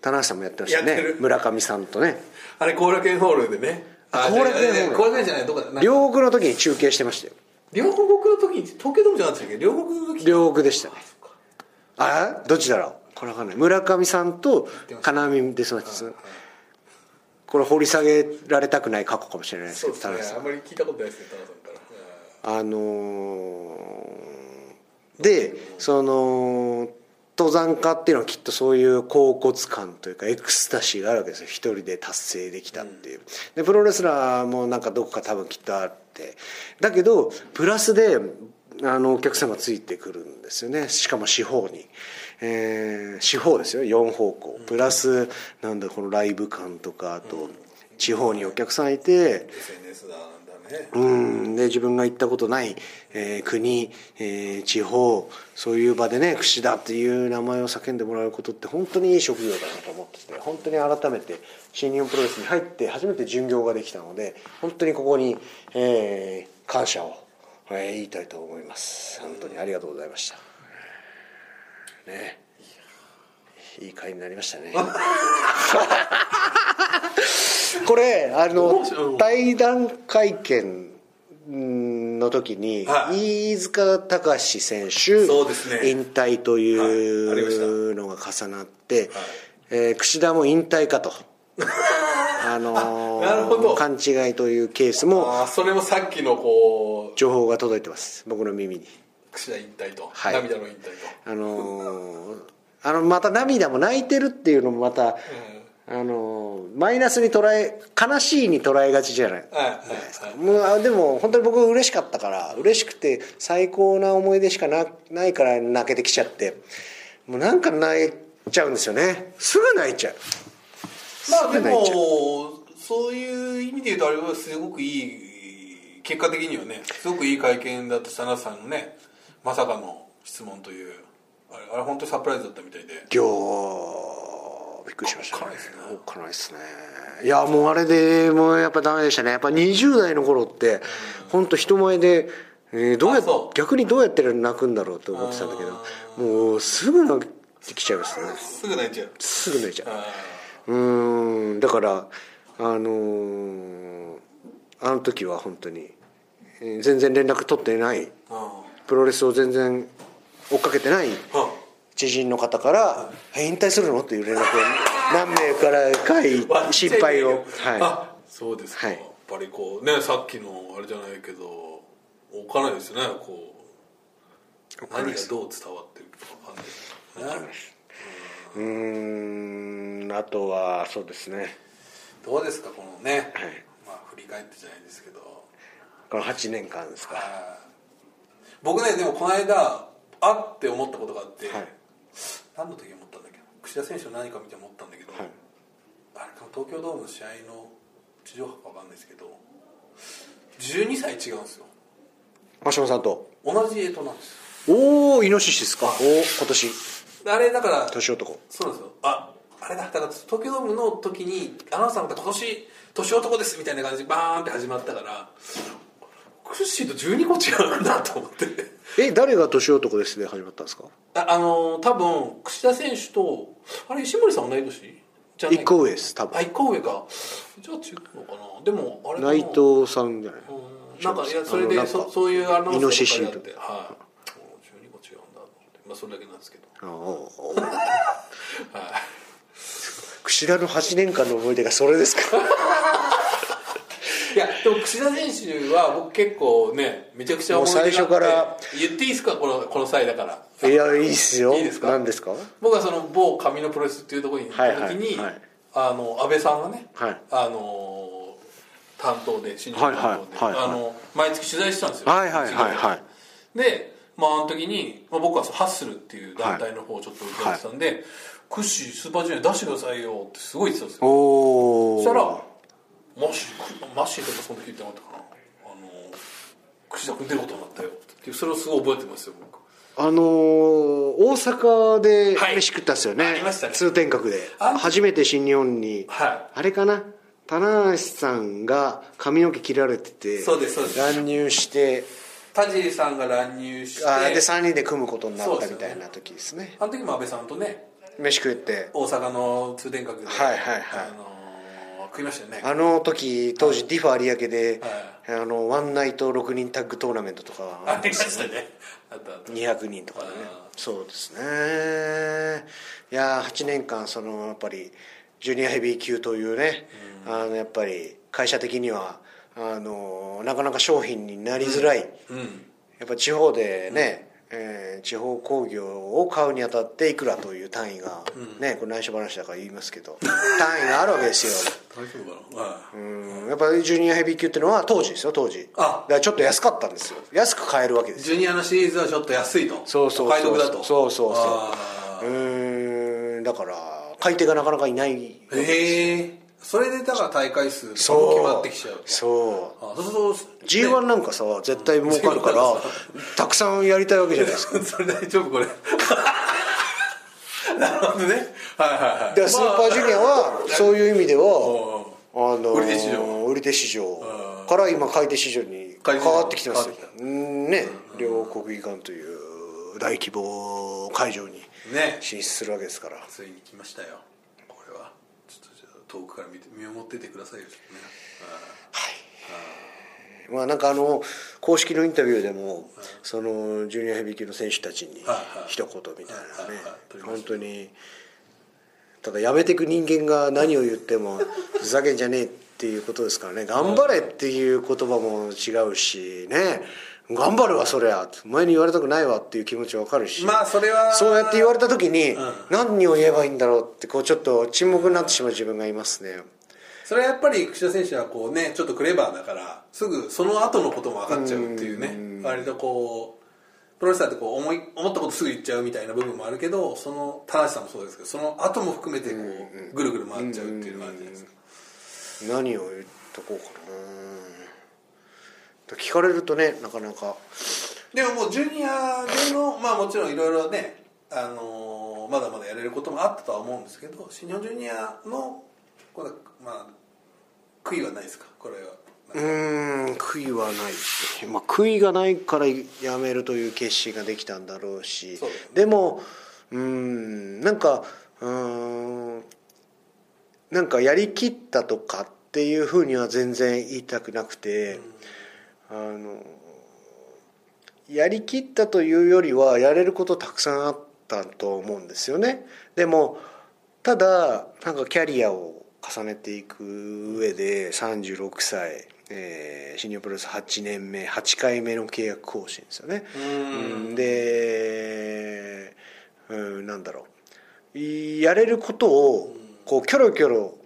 S2: 棚橋さんもやってましたよ
S3: やっ
S2: ね
S3: てる
S2: 村上さんとね
S3: あれ後楽園ホールでね
S2: あ
S3: じゃ
S2: 後楽園ホール
S3: あれね後楽園じゃないどこだなんか
S2: 両国の時に中継してましたよ
S3: 両国の時に東京ドームじゃなかったっけ両国の時
S2: 両国でしたねあどっちだろうこれわかんない村上さんと金網デスマッチですこれ掘り下げられたくない過去かもしれないです
S3: そ
S2: け
S3: う
S2: ど
S3: で
S2: 田中
S3: すね
S2: さ
S3: あん
S2: ん
S3: まり聞いたことないですね田中さんから
S2: あのーでその登山家っていうのはきっとそういう恍惚感というかエクスタシーがあるわけですよ一人で達成できたっていう、でプロレスラーもなんかどこか多分きっとあってだけどプラスであのお客さんがついてくるんですよねしかも四方に、えー四方ですよ4方向プラスなんだこのライブ感とかあと地方にお客さんいて、
S3: SNS なんだね
S2: うん、で自分が行ったことない、えー国、えー地方そういう場でね櫛田っていう名前を叫んでもらうことって本当にいい職業だなと思ってて本当に改めて新日本プロレスに入って初めて巡業ができたので本当にここに、えー感謝を、えー言いたいと思います本当にありがとうございましたねいい会になりましたねこれあの対談会見の時に、
S3: はい
S2: 飯塚隆選手
S3: そうですね
S2: 引退と
S3: はいありました
S2: いうのが重なって、えー櫛田も引退かとあのー
S3: なるほど
S2: 勘違いというケースも
S3: あそれもさっきのこう
S2: 情報が届いてます僕の耳に
S3: 櫛田引退と、
S2: はい
S3: 涙の引退と
S2: あのーあのまた涙も泣いてるっていうのもまた、あのーマイナスに捉え悲しいに捉えがちじゃない、
S3: はいはいはい
S2: もうあでも本当に僕嬉しかったから嬉しくて最高な思い出しかなないから泣けてきちゃってもうなんか泣いちゃうんですよねすぐ泣いちゃう
S3: まあ
S2: す
S3: で
S2: ぐ泣いちゃ
S3: もそういう意味で言うとあれはすごくいい結果的にはねすごくいい会見だった田中さんのねまさかの質問というあれあれ本当にサプライズだったみたいで
S2: 行びっくりしましたね
S3: おっかないですね
S2: おっかないですねいやもうあれでもうやっぱダメでしたねやっぱ20代の頃って本当人前で、えーどうや
S3: あそう
S2: 逆にどうやって泣くんだろうと思ってたんだけどもうすぐ泣ってきちゃいましたね
S3: すぐ泣いちゃう
S2: すぐ泣いちゃう
S3: あ
S2: うーんだからあのーあの時は本当にえー全然連絡取ってない
S3: ーあ
S2: プロレスを全然追っかけてない
S3: ーあ
S2: 知人の方から「え引退するの?」という連絡を何名からかい
S3: 割っちゃいけ
S2: 心配
S3: ないけど
S2: をはい
S3: あそうですか、
S2: はい
S3: ぱりこうねさっきのあれじゃないけど置かないですねこう
S2: かない
S3: 何
S2: で
S3: が
S2: す
S3: どう伝わってるか分かんないね
S2: うーんあとはそうですね
S3: どうですかこのね、
S2: はい
S3: まあ、振り返ってじゃないですけど
S2: この8年間ですか
S3: 僕ねでもこの間あって思ったことがあって、
S2: はい
S3: 何の時思ったんだっけな櫛田選手の何か見て思ったんだけど、
S2: はい
S3: あれかな東京ドームの試合の地上波か分かんないですけど12歳違うんですよ
S2: 真島さんと
S3: 同じ干支なんですよ
S2: おおイノシシですかおお今年
S3: あれだから
S2: 年男
S3: そうなんですよああれだだから東京ドームの時にアナウンサーが今年年男ですみたいな感じでバーンって始まったからクッシーと12個違うんだと思って
S2: え誰が年男ですで始まったんですか
S3: ああのー多分櫛田選手とあれ石森さん同い年じゃない
S2: 一個上です多
S3: あ
S2: 分
S3: 一個上かじゃあ違うのかなでもあれかな
S2: 内藤さんじゃない
S3: うんなんかいやそれ
S2: あのな
S3: で
S2: んか
S3: そそういうアナウン
S2: イノシシ
S3: サーとかやってはいもう12個違うんだと思ってまあそれだけなんですけど
S2: ああおー櫛田の8年間の思い出がそれです か
S3: いやでも櫛田選手は僕結構ねめちゃくちゃ思い出があって
S2: もう最初から
S3: 言っていいですかこのこの際だから
S2: いやいいっすよ
S3: いいですか
S2: 何ですか
S3: 僕はその某上のプロレスっていうところに行った時
S2: は
S3: に、
S2: いはいはい
S3: あの安倍さんがね、
S2: はい
S3: あの担当で新宿担当で、
S2: はいはいはいはい
S3: あの毎月取材してたんですよ
S2: はいはいはい
S3: 一度
S2: はい
S3: でまああの時に、まあ、僕はそうハッスルっていう団体の方をちょっと伺ってたんで、クッシースーパージュニア出してくださいよってすごい言ってたんですよ
S2: おお
S3: そしたらマッシーマッシーとかその時言ってなかったかなあの櫛田君出ることになったよってそれをすごい覚えてますよ僕
S2: あのー大阪で
S3: はい
S2: 飯食ったんですよね,、
S3: ありましたね
S2: 通天閣で
S3: あ
S2: 初めて新日本に、
S3: は
S2: あれかな棚橋さんが髪の毛切られてて
S3: そうですそうです
S2: 乱入して
S3: 田尻さんが乱入して
S2: あーで3人で組むことにな
S3: そう
S2: っ
S3: で
S2: た
S3: す
S2: み
S3: よね
S2: たいな時ですね
S3: あの時も安倍さんとね
S2: 飯食って
S3: 大阪の通天閣で、
S2: はいはいはい
S3: あのー食いましたよね
S2: あの時当時ディファ有明で、
S3: は
S2: あのワンナイト6人タッグトーナメントとか
S3: ありましたねあったあった
S2: 200人とかでねそうですねいやー8年間そのやっぱりジュニアヘビー級というね、あのやっぱり会社的にはあのなかなか商品になりづらい、
S3: うん
S2: やっぱ地方でね、えー地方工業を買うにあたっていくらという単位が、ねこれ内緒話だから言いますけど単位があるわけです よ
S3: 大丈夫かな、はい
S2: うんやっぱりジュニアヘビー級っていうのは当時ですよ当時
S3: あ
S2: だからちょっと安かったんですよ安く買えるわけですよ
S3: ジュニアのシリーズはちょっと安いと
S2: そうそうそう
S3: お買い得だと
S2: そうそうそう
S3: あ
S2: うーんだから買い手がなかなかいない
S3: ーへえそれでだから大会数とかも
S2: そう
S3: 決まってきちゃうと
S2: そう
S3: あそうすると
S2: g 1なんかさ絶対儲かる から
S3: うん
S2: たくさんやりたいわけじゃないですか
S3: それ大丈夫これなるほどねはいはいは
S2: だ
S3: い
S2: からスーパージュニアはそういう意味では
S3: まあ
S2: あのー
S3: 売り手市場
S2: 売り手市場から今買い手市場に
S3: 買
S2: 変
S3: い手市場
S2: わってきてますよ
S3: 変わっ
S2: うんね両国技館という大規模会場に
S3: ね
S2: 進出するわけですから
S3: ついに来ましたよこれはちょっとじゃあ遠くから見て見守っててくださいよ、ね、
S2: まあなんかあの公式のインタビューでもそのジュニアヘビー級の選手たちに
S3: はいはい
S2: 一言みたいなね
S3: はいはい取りま
S2: 本当にただやめてく人間が何を言って もふざけんじゃねえっていうことですからね頑張れっていう言葉も違うしね頑張るわそりゃお前に言われたくないわっていう気持ちわかるし
S3: まあそれは
S2: そうやって言われた時に
S3: うん
S2: 何を言えばいいんだろうってこうちょっと沈黙になってしまう自分がいますね
S3: それはやっぱり櫛田選手はこうねちょっとクレバーだからすぐその後のことも分かっちゃうっていうね割とこうプロレスラーってこう思い思ったことすぐ言っちゃうみたいな部分もあるけどその田無さんもそうですけどその後も含めてこうぐるぐる回っちゃうっていうのがあるじゃないですか
S2: 何を言っとこうかな聞かれるとねなかなか
S3: でももうジュニアでのまあもちろんいろいろねあのーまだまだやれることもあったとは思うんですけど新日本ジュニアのこれまあ悔いはないですかこれは
S2: うーん悔いはない、まあ、悔いがないからやめるという決心ができたんだろうし
S3: そうですね
S2: でもうーんなんかうーんなんかやりきったとかっていうふうには全然言いたくなくて、あのやりきったというよりはやれることたくさんあったと思うんですよねでもただなんかキャリアを重ねていく上で36歳えー新日本プロレス8年目8回目の契約更新ですよねうんでうんなんだろういやれることをこうキョロキョロ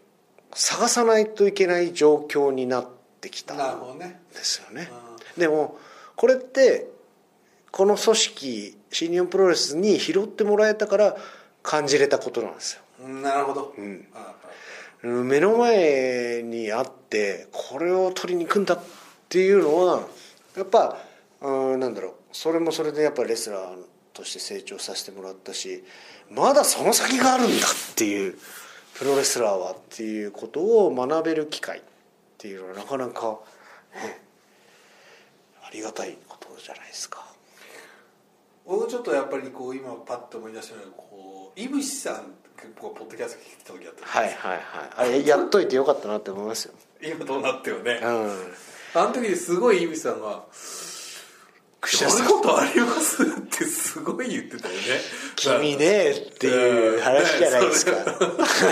S2: 探さないといけない状況になってきた
S3: なるほどね
S2: ですよねでもこれってこの組織新日本プロレスに拾ってもらえたから感じれたことなんですよ
S3: うんなるほど、
S2: ん
S3: あ
S2: うん目の前にあってこれを取りに行くんだっていうのはやっぱうんなんだろうそれもそれでやっぱレスラーとして成長させてもらったしまだその先があるんだっていうプロレスラーはっていうことを学べる機会っていうのはなかなか、ねありがたいことじゃないですか。
S3: 僕ちょっとやっぱりこう今パッと思い出したのがこう井渕さん結構ポッドキャスト聞いてた時あった、
S2: はいはいはいあれやっといてよかったなって思いますよ。
S3: 今どうなってよね
S2: うん、
S3: あの時すごい井渕さ んが「
S2: 串
S3: や
S2: 田
S3: る
S2: さん
S3: ことあります?」ってすごい言ってたよね
S2: 君ねっていう話じゃないですか。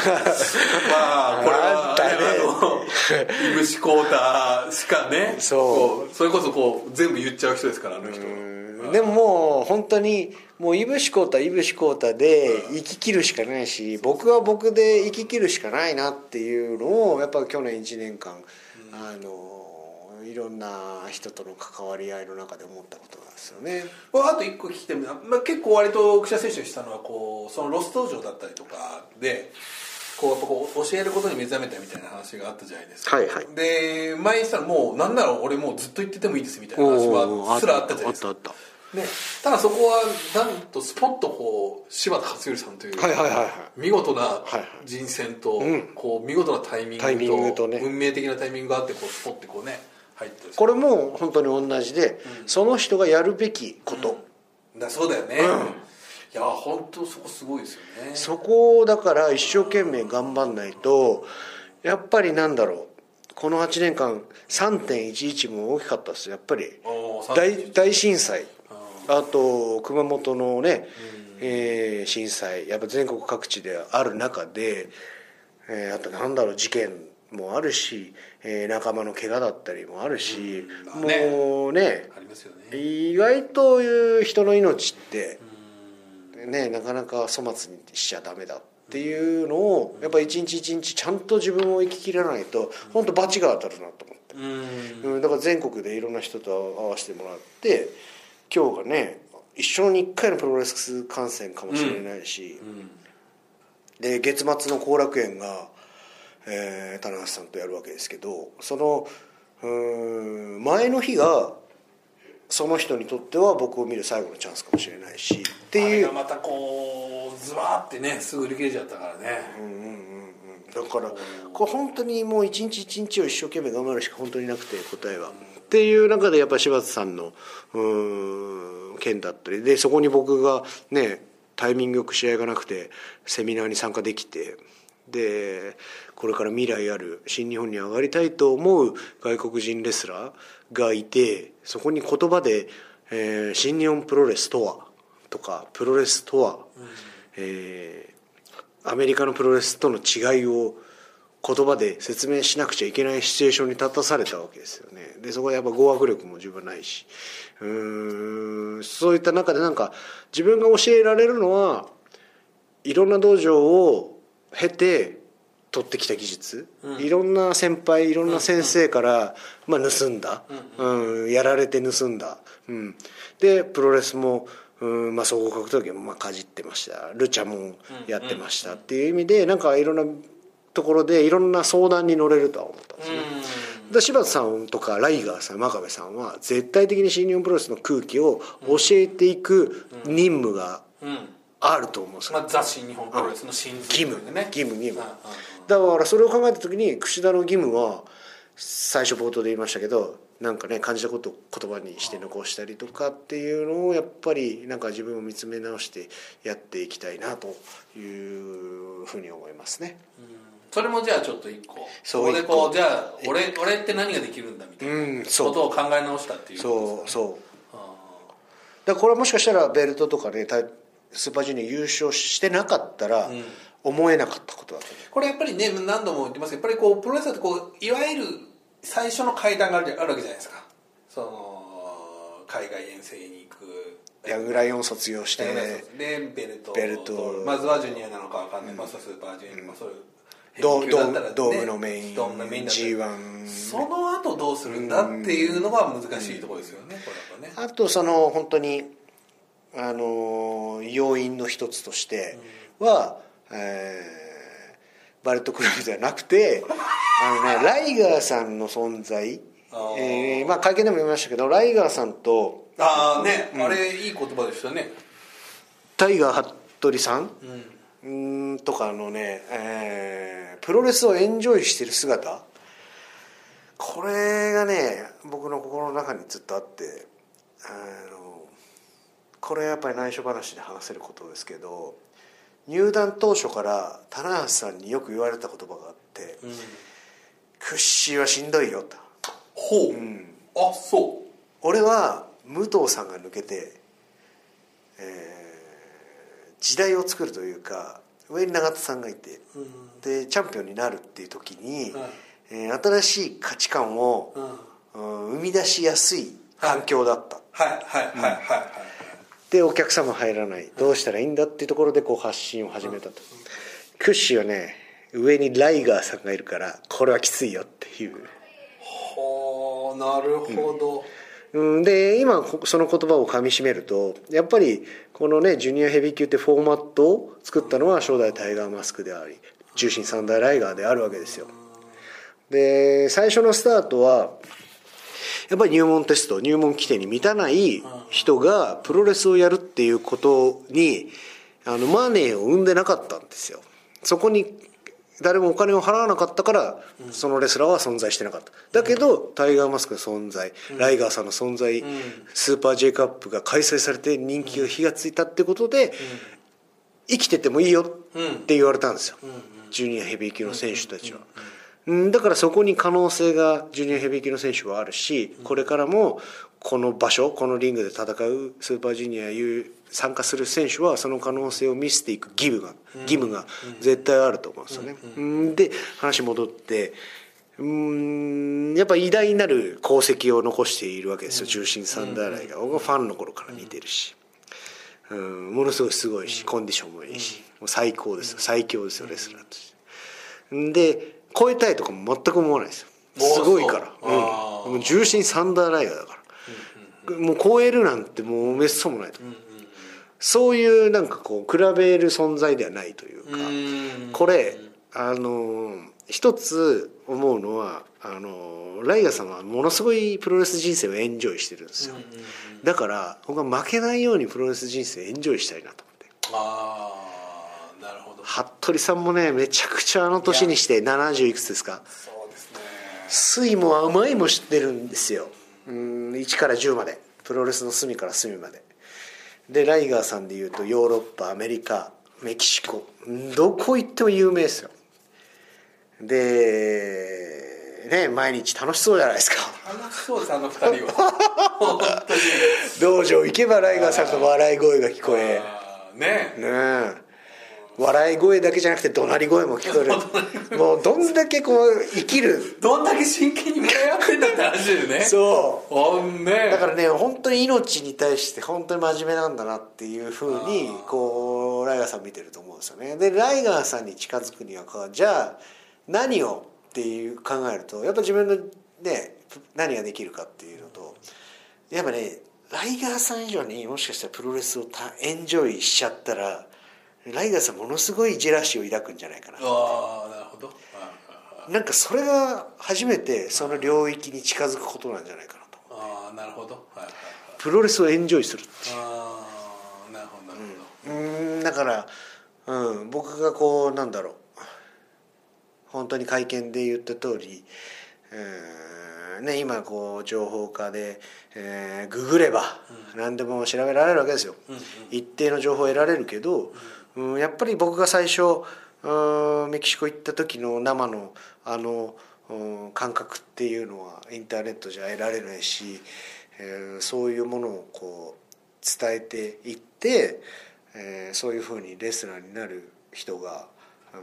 S3: まあこれは
S2: あんたね
S3: ねあの井口浩太しかね
S2: そう
S3: こうそれこそこう全部言っちゃう人ですからあの人
S2: でももう本当にもういぶしこうたいぶしこうたで生き切るしかないし僕は僕で生き切るしかないなっていうのをやっぱ去年1年間あのいろんな人との関わり合いの中で思ったことなんですよね。
S3: まああと一個聞きたいのは、まあ、結構割と櫛田選手がしたのはこうそのロス登場だったりとかでこうやっぱこう教えることに目覚めたみたいな話があったじゃないですか、
S2: はいはい
S3: で前にしたらもうなんなら俺もうずっと言っててもいいですみたいな話はすらあったじゃないですか
S2: あったあっ
S3: ね、ただそこはなんとスポッとこう柴田勝頼さんという、
S2: はいはいはいはい
S3: 見事ない
S2: はい
S3: 人選と、
S2: ん
S3: こう見事なタイミングと
S2: タイミングとね
S3: 運命的なタイミングがあってこうスポッてこうね入ってる
S2: これも本当に同じでその人がやるべきこと。
S3: だそうだよね、いや本当そこすごいですよね
S2: そこをだから一生懸命頑張んないとやっぱりなんだろうこの8年間3.11も大きかったですよやっぱり
S3: おーさ
S2: 大大震災あと熊本のね、えー震災やっぱ全国各地である中で、えーあとなんだろう事件もあるし、えー仲間の怪我だったりもあるし、
S3: うんね
S2: もうね
S3: ありますよね
S2: 意外という人の命ってねなかなか粗末にしちゃダメだっていうのをやっぱ一日一日ちゃんと自分を生ききらないと本当罰が当たるなと思って、
S3: うん
S2: うん、だから全国でいろんな人と会わせてもらって今日がね一生に一回のプロレス観戦かもしれないし、で月末の後楽園が、えー、棚橋さんとやるわけですけどそのうーん前の日がその人にとっては僕を見る最後のチャンスかもしれないしって
S3: あれ
S2: いう
S3: がまたこうズワーってねすぐ売り切れちゃったからね、
S2: だからこれ本当にもう一日一日を一生懸命頑張るしか本当になくて答えは。っていう中でやっぱり柴田さんのうーん件だったりでそこに僕がねタイミングよく試合がなくてセミナーに参加できてでこれから未来ある新日本に上がりたいと思う外国人レスラーがいてそこに言葉で、えー新日本プロレスとは」とか「プロレスとは」えーアメリカのプロレスとの違いを言葉で説明しなくちゃいけないシチュエーションに立たされたわけですよねでそこはやっぱ語学力も十分ないしうーんそういった中でなんか自分が教えられるのはいろんな道場を経て取ってきた技術、いろんな先輩いろんな先生から、まあ、盗んだ、うんやられて盗んだ、うん、でプロレスも、うんまあ、総合格闘技もまあかじってましたルチャもやってましたっていう意味でなんかいろんなところでいろんな相談に乗れるとは思ったんですね。で柴田さんとかライガーさん真壁さんは絶対的に新日本プロレスの空気を教えていく任務が
S3: うん
S2: あると思うんですよ
S3: まあ、ザ・新日本プロレスの真髄
S2: 義
S3: とい
S2: 務
S3: うかね
S2: ね義務義務
S3: うんうん
S2: だからそれを考えた時に櫛田の義務は最初冒頭で言いましたけどなんかね感じたことを言葉にして残したりとかっていうのをやっぱりなんか自分を見つめ直してやっていきたいなというふうに思いますね。
S3: それもじゃあちょっと一個
S2: そう
S3: ここで
S2: 一
S3: こ
S2: 個
S3: うじゃあ俺俺って何ができるんだみたいな
S2: うんそう
S3: ことを考え直したっていう
S2: そう
S3: う
S2: そうだからこれはもしかしたらベルトとかねタイスーパージュニア優勝してなかったら思えなかったことだと思う
S3: これやっぱりね何度も言ってますけどやっぱりこうプロレスラーってこういわゆる最初の階段があるじゃあるわけじゃないですかその海外遠征に行く
S2: ヤングライオン卒業して、
S3: でベルト
S2: ベルト
S3: まずはジュニアなのかわかんない、まずはスーパージュニア、まあ、そういう
S2: ドー
S3: 変形だったらね
S2: ドームドームのメイン
S3: ドームのメインだったり
S2: G1
S3: その後どうするんだっていうのが難しいところですよね、これはね
S2: あとその本当にあの要因の一つとしては、えーバレットクラブじゃなく てあの、ね、ライガーさんの存在
S3: あー
S2: えーまあ、会見でも言いましたけどライガーさんと
S3: ああね、あれいい言葉でしたね
S2: タイガー服部さんうーんとかのね、えープロレスをエンジョイしてる姿これがね僕の心の中にずっとあってあのこれはやっぱり内緒話で話せることですけど入団当初から棚橋さんによく言われた言葉があって
S3: うん
S2: 「クッシーはしんどいよ」と
S3: ほう、あそ
S2: 「俺は武藤さんが抜けて、えー時代を作るというか上に永田さんがいて。
S3: う、うん
S2: でチャンピオンになるっていう時に、
S3: はい
S2: えー新しい価値観を、
S3: うん、はい
S2: うん生み出しやすい環境だった、
S3: はいはいはいはい
S2: でお客様入らないどうしたらいいんだっていうところでこう発信を始めたと、クッシーはね上にライガーさんがいるからこれはきついよっていう、
S3: ほうなるほど、
S2: うん、で今こその言葉をかみしめるとやっぱりこのねジュニアヘビー級ってフォーマットを作ったのは初代タイガーマスクであり重心三大ライガーであるわけですよ、で最初のスタートはやっぱり入門テスト入門規定に満たない人がプロレスをやるっていうことにあのマネーを生んでなかったんですよそこに誰もお金を払わなかったからそのレスラーは存在してなかっただけどタイガーマスクの存在ライガーさんの存在スーパー J カップが開催されて人気が火がついたってことで生きててもいいよって言われたんですよ、ジュニアヘビー級の選手たちは、うんだからそこに可能性がジュニアヘビー級の選手はあるしこれからもこの場所このリングで戦うスーパージュニアいう参加する選手はその可能性を見せていく義務が義務が絶対あると思うんですよね、うんで話戻ってうーんやっぱ偉大なる功績を残しているわけですよ重心サンダーライが僕はファンの頃から見てるし、うん、ものすごいすごいし、コンディションもいいし、もう最高ですよ最強ですよレスラーとしてんで超えたいとかも全く思わないですよ
S3: おー
S2: すごいから
S3: そうあー
S2: うん、もう重心サンダーライガーだから、もう超えるなんてもうめっそうもないと、そういうなんかこう比べる存在ではないというか、
S3: うん
S2: これあのー一つ思うのはあのーライガーさんはものすごいプロレス人生をエンジョイしてるんですよ、だから僕は負けないようにプロレス人生エンジョイしたいなと思って
S3: ああなるほど
S2: 服部さんもねめちゃくちゃあの年にして70いくつですか
S3: そうですね
S2: 酸いも甘いも知ってるんですようん1から10までプロレスの隅から隅まででライガーさんでいうとヨーロッパアメリカメキシコうんどこ行っても有名ですよでね毎日楽しそうじゃないですか
S3: 楽しそうですあの二人 は本当に
S2: 道場行けばライガーさんの笑い声が聞こえ
S3: あーね
S2: ねえ笑い声だけじゃなくて 怒鳴り声も聞こえるもうどんだけこう生きる
S3: どんだけ真剣に向かい合ってんだって話でね
S2: そう
S3: あんね
S2: だからね本当に命に対して本当に真面目なんだなっていうふうにこうライガーさん見てると思うんですよねでライガーさんに近づくにはこうじゃあ何をっていう考えるとやっぱ自分のね何ができるかっていうのとやっぱねライガーさん以上にもしかしたらプロレスをたエンジョイしちゃったらライガーさんものすごいジェラシーを抱くんじゃないかな
S3: ああなるほどはいはいはい
S2: なんかそれが初めてその領域に近づくことなんじゃないかなと
S3: ああなるほどはいはいはい
S2: プロレスをエンジョイする
S3: ああなるほどなる
S2: うーんだから、うん、僕がこうなんだろう本当に会見で言った通りうーんね今こう情報化で、えーググれば何でも調べられるわけですよ、一定の情報を得られるけど、うん、やっぱり僕が最初うーんメキシコ行った時の生のあの、うん感覚っていうのはインターネットじゃ得られないし、えーそういうものをこう伝えていって、えーそういうふうにレスラーになる人が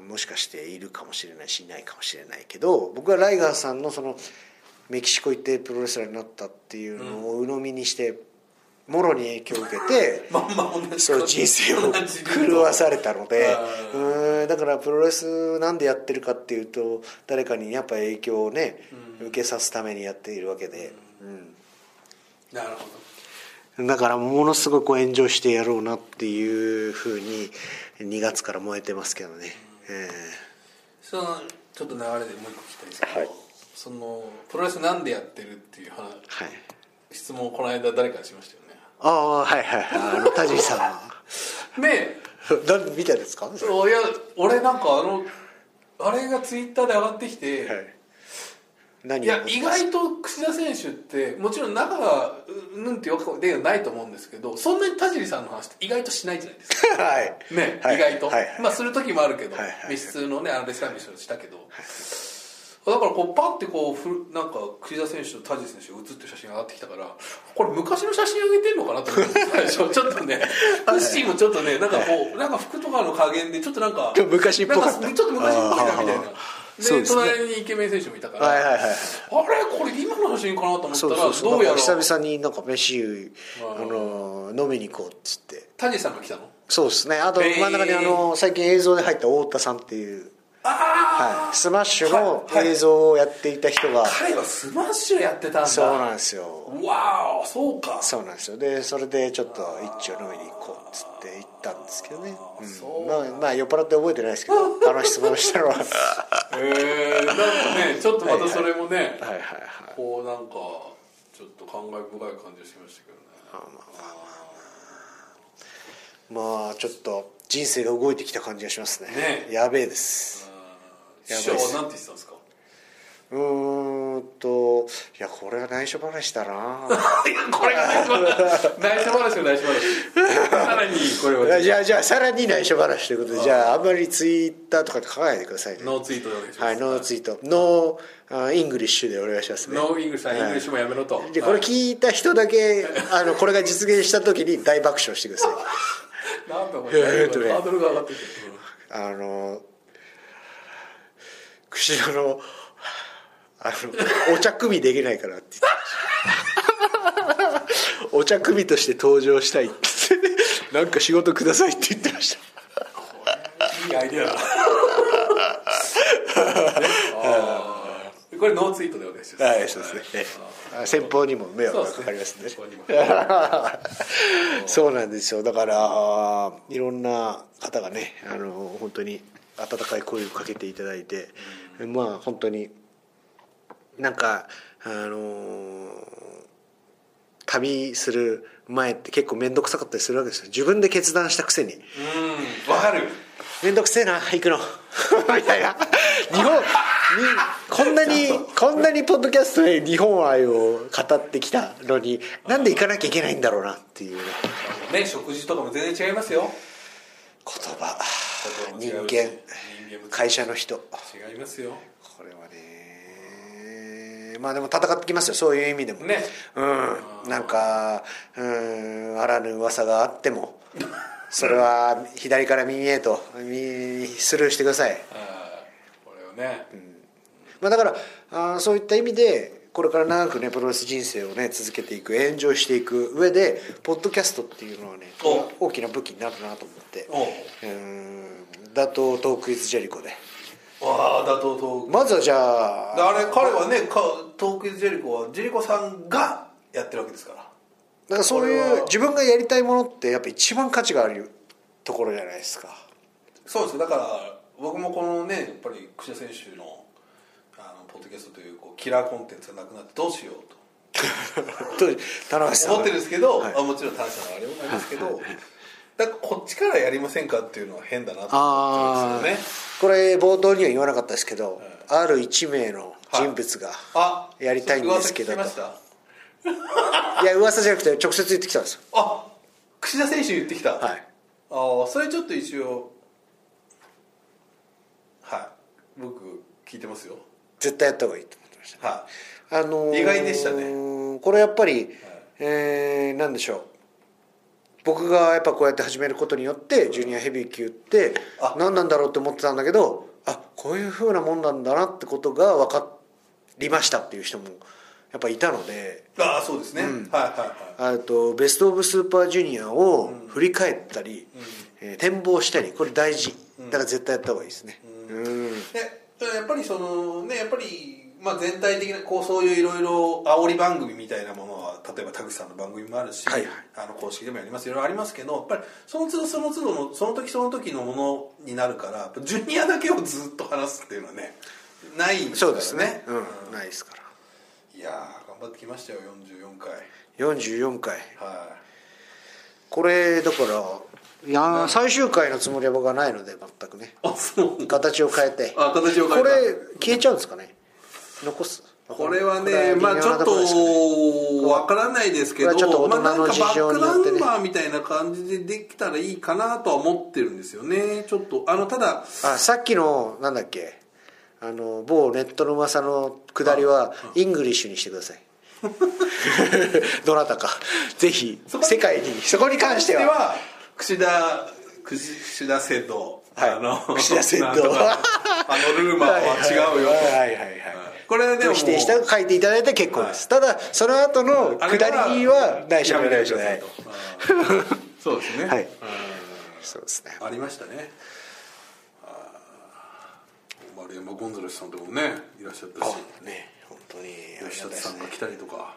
S2: もしかしているかもしれないしいないかもしれないけど僕はライガーさんのそのメキシコ行ってプロレスラーになったっていうのを鵜呑みにしてもろに影響を受けて
S3: まんま同じこと
S2: その人生を
S3: 同じ
S2: 狂わされたので
S3: う
S2: うんだからプロレスなんでやってるかっていうと誰かにやっぱ影響をね受けさすためにやっているわけで、
S3: なるほど
S2: うん、だからものすごくこう炎上してやろうなっていうふうに2月から燃えてますけどね。え
S3: そのちょっと流れでもう一個聞きたいんですけど、
S2: はい
S3: そのプロレスなんでやってるっていう話
S2: えはい
S3: 質問をこの間誰かにしましたよね
S2: ああはいはいはいあの田尻さん
S3: で
S2: なん見たんですかはい
S3: そういや俺なんかあのあれがツイッターで上がってきて、い
S2: 何を
S3: や意外と櫛田選手ってもちろん仲がううんってよく例がないと思うんですけどそんなに田尻さんの話って意外としないじゃないです か
S2: はい
S3: ね、
S2: はい
S3: 意外と、
S2: はいはい
S3: まあする時もあるけど、
S2: はいはい
S3: 密室のねあのレスラー密室をしたけど、だからこうパッてこうふるなんか櫛田選手と田尻選手が写ってる写真が上がってきたからこれ昔の写真上げてんのかなと 思って最初ちょっとねフッシーもちょっとねなんかこうなんか服とかの加減でちょっとなんか
S2: ちょっと昔っぽかった
S3: なんちょっと昔っぽいなみたいな
S2: あそう
S3: で
S2: ですね
S3: 隣にイケメン選手もいたから、
S2: はいはいはいはい
S3: あれこれ今の写真かなと思った
S2: そう
S3: ら
S2: そうそう
S3: どうやら
S2: なんか久々になんか飯
S3: あ
S2: あ
S3: ー
S2: の飲みに行こうっつって
S3: 谷さんが来たの
S2: そうですねあと
S3: えー
S2: 真ん中にあの最近映像で入った太田さんっていう、
S3: ああ、
S2: はい、スマッシュの
S3: はいはい
S2: 映像をやっていた人が、
S3: 彼はスマッシュやってたんだ
S2: そうなんですよ
S3: わあそうか
S2: そうなんですよでそれでちょっと一丁飲みに行こうっつって行ったんですけどね、
S3: そう
S2: うん、まあまあ酔っ払って覚えてないですけ ど楽しそうでしたのははい
S3: えー、なんかねちょっとまたそれもね、
S2: はいはい
S3: こうなんかちょっと感慨深い感じがしましたけどね
S2: まあちょっと人生が動いてきた感じがしますね
S3: ね
S2: やべえです
S3: うん
S2: やばいっす
S3: 師匠は何て言ってたんですか
S2: うーんといやこれは内緒話だな
S3: いやこれが内緒話内緒話よ内緒話さらにこれ
S2: いや
S3: は
S2: じゃあじゃあさらに内緒話ということでじゃああんまりツイッターとかで書かないでくださいね
S3: ノーツイートでお願いします、
S2: はいノーツイートノーあイングリッシュでお願いしますね
S3: ノーイングリッシュさんイングリッシュもやめろと
S2: でこれ聞いた人だけあのこれが実現した時に大爆笑してください
S3: なんとか
S2: いやえーっとね
S3: ハードルが上がってきてる
S2: あの串田のあのお茶組できないからって言ってお茶組として登場したいって言ってなんか仕事くださいって言ってました
S3: いいアイデアだね あーこれノーツイートでお願いします
S2: はいそうですねあ先方にも迷惑
S3: そう
S2: が
S3: です
S2: か
S3: ね
S2: かりますんでね
S3: ここにも
S2: そうなんですよだからいろんな方がねあの本当に温かい声をかけていただいて、まあ本当になんかあの旅する前って結構面倒くさかったりするわけですよ自分で決断したくせに
S3: うんわかる
S2: 面倒くせえな行くの みたいな日本にこんなにこんなにポッドキャストで日本愛を語ってきたのになんで行かなきゃいけないんだろうなっていうね
S3: ね食事とかも全然違いますよ
S2: 言葉
S3: 言
S2: 人
S3: 葉も違うし
S2: 間
S3: 人間も
S2: 会社の人
S3: 違いますよ
S2: これはねまあでも戦ってきますよそういう意味でも
S3: ね
S2: うんなんかうんあらぬ噂があってもそれは左から右へとみスルーしてください
S3: あーこれをね、
S2: まあ、だからあーそういった意味でこれから長くねプロレス人生をね続けていく炎上していく上でポッドキャストっていうのはね
S3: お
S2: 大きな武器になるなと思って
S3: おう
S2: うーん打倒トークイズジェリコで
S3: ああだとトーク
S2: まずはじゃ
S3: であ
S2: あ
S3: れ彼はねかトークイズジェリコはジェリコさんがやってるわけですから
S2: なんかそう
S3: これ
S2: いう
S3: は
S2: 自分がやりたいものってやっぱ一番価値があるところじゃない ですか
S3: そうですよだから僕もこのねやっぱり櫛田選手のあのポッドキャストというこうキラーコンテンツがなくなってどうしようと
S2: と田中さん
S3: 思ってるんですけど、
S2: はい
S3: あもちろん単車のあれもなんですけど、だからこっちからやりませんかっていうのは変だなと思
S2: ああ、
S3: ってるんですよね
S2: これ冒頭には言わなかったですけど、ある1名の人物が、
S3: あ
S2: やりたいんですけど
S3: 噂聞きました
S2: い、や噂じゃなくて直接言ってきたんですよ
S3: あ櫛田選手言ってきた、
S2: はい
S3: ああそれちょっと一応はい僕聞いてますよ
S2: 絶対やった方がいいと思ってまし
S3: は
S2: た、あのー
S3: 意外でした
S2: これやっぱり、えーなんでしょう僕がやっぱこうやって始めることによってジュニアヘビー級って
S3: あ
S2: 何なんだろうって思ってたんだけどあこういうふうなもんなんだなってことが分かっりましたっていう人もやっぱいたので
S3: ああそうですね、はいはいはい
S2: あとベスト・オブ・スーパージュニアを振り返ったり、えー展望したりこれ大事だから絶対やった方がいいですね、うん
S3: でだからやっぱりそのねやっぱり、まあ、全体的なこうそういういろいろ煽り番組みたいなものは例えば田口さんの番組もあるし、
S2: はいはい
S3: あの公式でもやりますいろいろありますけどやっぱりその都度その都度のその時その時のものになるからやっぱジュニアだけをずっと話すっていうのはねないんです
S2: そ
S3: から
S2: う
S3: ね
S2: ですね、うん、ないですから
S3: いやー頑張ってきましたよ44回
S2: 44回
S3: は
S2: これだからいやー最終回のつもりは僕はないので全くね
S3: いあそう
S2: 形を変えて
S3: あ形を変
S2: こ
S3: えた
S2: れ消えちゃうんですかね残す
S3: これは
S2: これ微
S3: ね、
S2: 妙
S3: まあ
S2: な
S3: ちょっ
S2: ところですかね
S3: とわからないですけど、
S2: これはちょっと
S3: ま
S2: 大人の
S3: あ
S2: 事情によってね
S3: なんかバックナンバーみたいな感じでできたらいいかなとは思ってるんですよね。ちょっとあのただ、
S2: あさっきのなんだっけあの某ネットの噂の下りはイングリッシュにしてください どなたかぜひ
S3: そこに
S2: 世界にそこに関して
S3: で
S2: は
S3: は櫛田櫛田制度、
S2: はい
S3: あの
S2: 櫛田聖堂
S3: なんとかあのルーマーは違うよ。
S2: はいはいはい
S3: これでも
S2: 否定したら書いていただいて結構です、ただその後の
S3: あ
S2: 下
S3: れから
S2: りは内緒
S3: や
S2: に
S3: めて
S2: 内
S3: く
S2: 緒
S3: ださい
S2: で
S3: と。あーそうですね。
S2: はい
S3: うん
S2: そうですね
S3: ありましたねあー丸山ゴンザレスさんとかもねいらっしゃったし
S2: ね本当に
S3: 吉田さんが来たりとか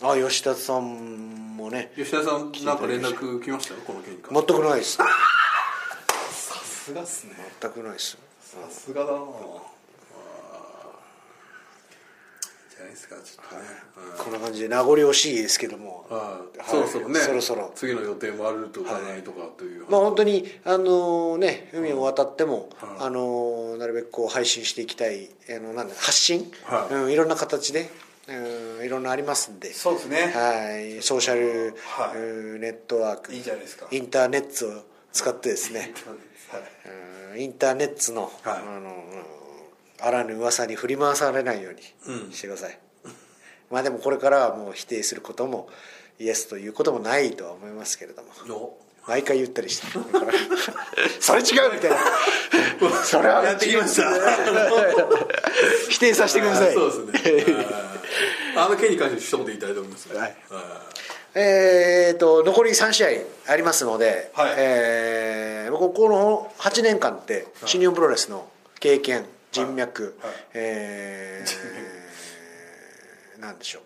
S2: あ吉田さんもね
S3: 吉田さんなんか連絡来ましたこの件に関
S2: 全くないです
S3: さすがっすね
S2: 全くないです
S3: さすがだなあーじゃないですかちょっとね、
S2: こんな感じで名残惜しいですけども
S3: うんあー
S2: はい
S3: そろそろね
S2: そろそろ
S3: 次の予定もあるとかないとかという、
S2: まあ本当にあのね海を渡っても、あのなるべくこう配信していきたいあのなんだ発信、
S3: はい
S2: うん、いろんな形で、うん、いろんなありますんで
S3: そうですね
S2: はいソーシャル、
S3: はい
S2: うんネットワーク
S3: いいじゃないですか
S2: インターネットを使ってですね、うんインターネットの,、
S3: はい
S2: あのうんあらぬ噂に振り回されないようにしてください、 まあでもこれからはもう否定することもイエスということもないとは思いますけれども
S3: の
S2: 毎回言ったりして それ違うみたいなそれは
S3: やってきました
S2: 否定させてください
S3: そうですねあーあの件に関して一言言いたいと思いますね、
S2: はい
S3: あー
S2: えー、と残り3試合ありますので、
S3: はい
S2: えー僕この8年間って新日本プロレスの経験人脈、
S3: はいはい
S2: えーなんでしょう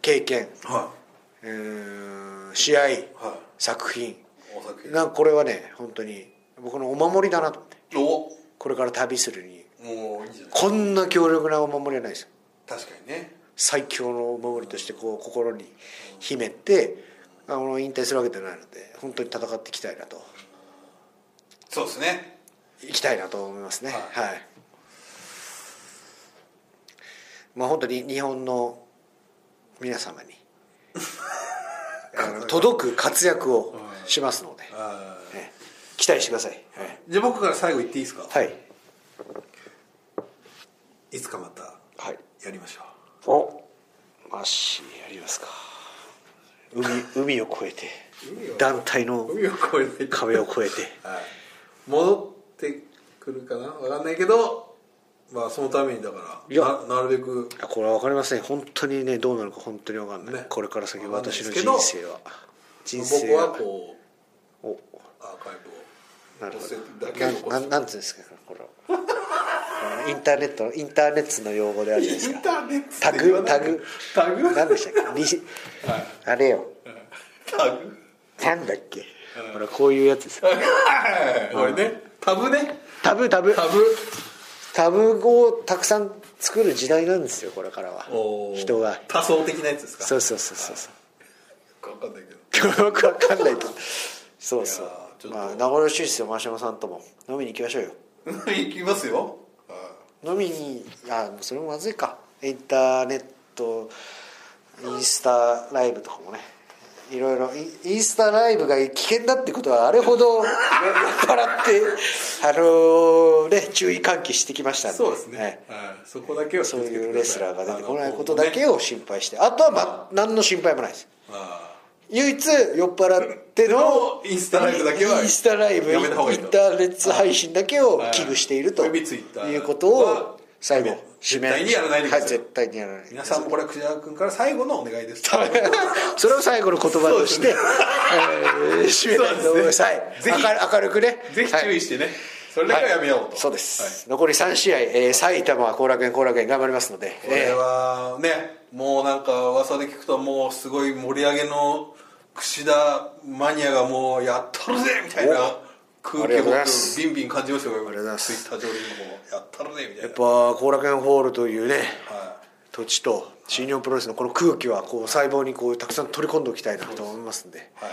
S2: 経験、
S3: は
S2: うーん試合、作品
S3: い。お酒。
S2: なんかこれはね本当に僕のお守りだなと思って
S3: お、も
S2: これから旅するに
S3: ういいじゃない。
S2: こんな強力なお守りはないですよ
S3: 確かにね。
S2: 最強のお守りとしてこう心に秘めてあの引退するわけではないので本当に戦っていきたいなと
S3: そうですね。
S2: いきたいなと思いますね
S3: はい
S2: はい、まあ本当に日本の皆様 にあの届く活躍をしますので、
S3: あ
S2: ね期待してくださいはい、
S3: ーじゃあ僕から最後言っていいですか。
S2: はい
S3: いつかまた
S2: はい、
S3: やりましょ
S2: おマッシーやりますか海海を越えて
S3: 海を
S2: 団体の
S3: う。海を越えない。
S2: 壁を越えて
S3: はい。戻ってくるかな。わかんないけど、まあそのためにだから、
S2: いや
S3: ななるべく
S2: いやこれは分かりません本当にねどうなるか本当に分かんない、
S3: ね
S2: これから先
S3: わかんない
S2: 私の
S3: ですけ
S2: 人
S3: ど
S2: 生は人
S3: 僕
S2: 生
S3: は
S2: は
S3: こう
S2: お
S3: アーカイブを。
S2: なるほ
S3: 残せ
S2: ど
S3: だけ残
S2: な
S3: す
S2: ななんつうんですかこれはあのインターネットのインターネットの用語であるじゃないですか
S3: ターネット
S2: タ
S3: って言わ
S2: グ
S3: な
S2: タ
S3: い
S2: グ
S3: タグ
S2: 何でしたっけリあれよ
S3: タグ。
S2: なんだっけほらこういうやつですよ
S3: はいこれね。タブね。
S2: タブタブ
S3: タブ。
S2: タブをたくさん作る時代なんですよこれからは
S3: おー
S2: 人が
S3: 多層的なやつですか。
S2: そうそうそうそうそう
S3: わかんないけど。
S2: よくわかんないけどそうそ
S3: いやーちょ
S2: う
S3: っと
S2: まあ名残惜しいですよ真島さんとも飲みに行きましょうよ
S3: 行きますよ
S2: 飲みにあそれもまずいかインターネットインスタライブとかもねいろいろイインスタライブが危険だってことはあれほ ど酔っ払ってあのね注意喚起してきましたんで
S3: そうですね、
S2: はい
S3: はいそこだけは気
S2: そう
S3: をつけて
S2: いう
S3: くだ
S2: レ
S3: さ
S2: スラーが出てこないこと
S3: あの
S2: だけを心配してあとは、まあ、何の心配もないです
S3: あ
S2: 唯一酔っ払っての
S3: のインスタライブだけは
S2: インスタライブイン
S3: や
S2: タ
S3: めた方がいいと
S2: ーネット配信だけを危惧していると
S3: および Twitter
S2: いうことを最後
S3: やめ
S2: 締
S3: 絶対にやらないでください
S2: は絶対にやらない
S3: 皆さんもこれはクジラ君から最後のお願いです
S2: それを最後の言葉として、えー締めたいと思います。
S3: そう
S2: は
S3: で
S2: い、
S3: すねぜひ
S2: 明る明るくね。
S3: ぜひ注意してね、それだけはやめようと、
S2: そうです、残り3試合、えー埼玉は後楽園後楽園頑張りますので、
S3: これはねもうなんか噂で聞くともうすごい盛り上げの櫛田マニアがもうやっとるぜみたいな空
S2: ありがと
S3: 気
S2: うございま
S3: を
S2: す
S3: ビンビン感じましたよ
S2: りがとうございます
S3: ツイッター上にもやったるぜみた
S2: えーや
S3: い
S2: っ
S3: な、
S2: ぱ後楽園ホールというね
S3: は
S2: 土地と新日本プロレスのこの空気はこう細胞にこうたくさん取り込んでおきたいなと思いますんで、
S3: いはい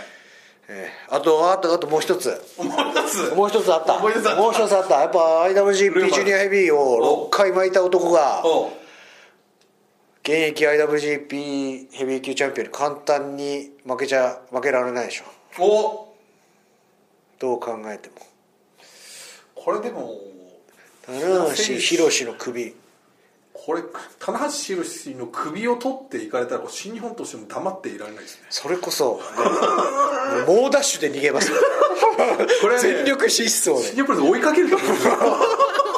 S2: えーあとあとあともう一つ
S3: もう一つ
S2: もう一つあった
S3: もう一つあった
S2: もう一つあったやっぱ
S3: ルーマ
S2: IWGP
S3: ン
S2: ジュニアヘビーを6回巻いた男が
S3: おう
S2: 現役 IWGP ヘビー級チャンピオンに簡単に負けちゃ負けられないでしょ
S3: お
S2: どう考えても
S3: これでも
S2: 棚橋宏の首
S3: これ棚橋宏の首を取っていかれたら新日本としても黙っていられないですね
S2: それこそ、ねもう 猛ダッシュで逃げ ますよ
S3: これね
S2: 全力疾走
S3: 新
S2: で
S3: 日本プロレス追いかけると思うんですよもう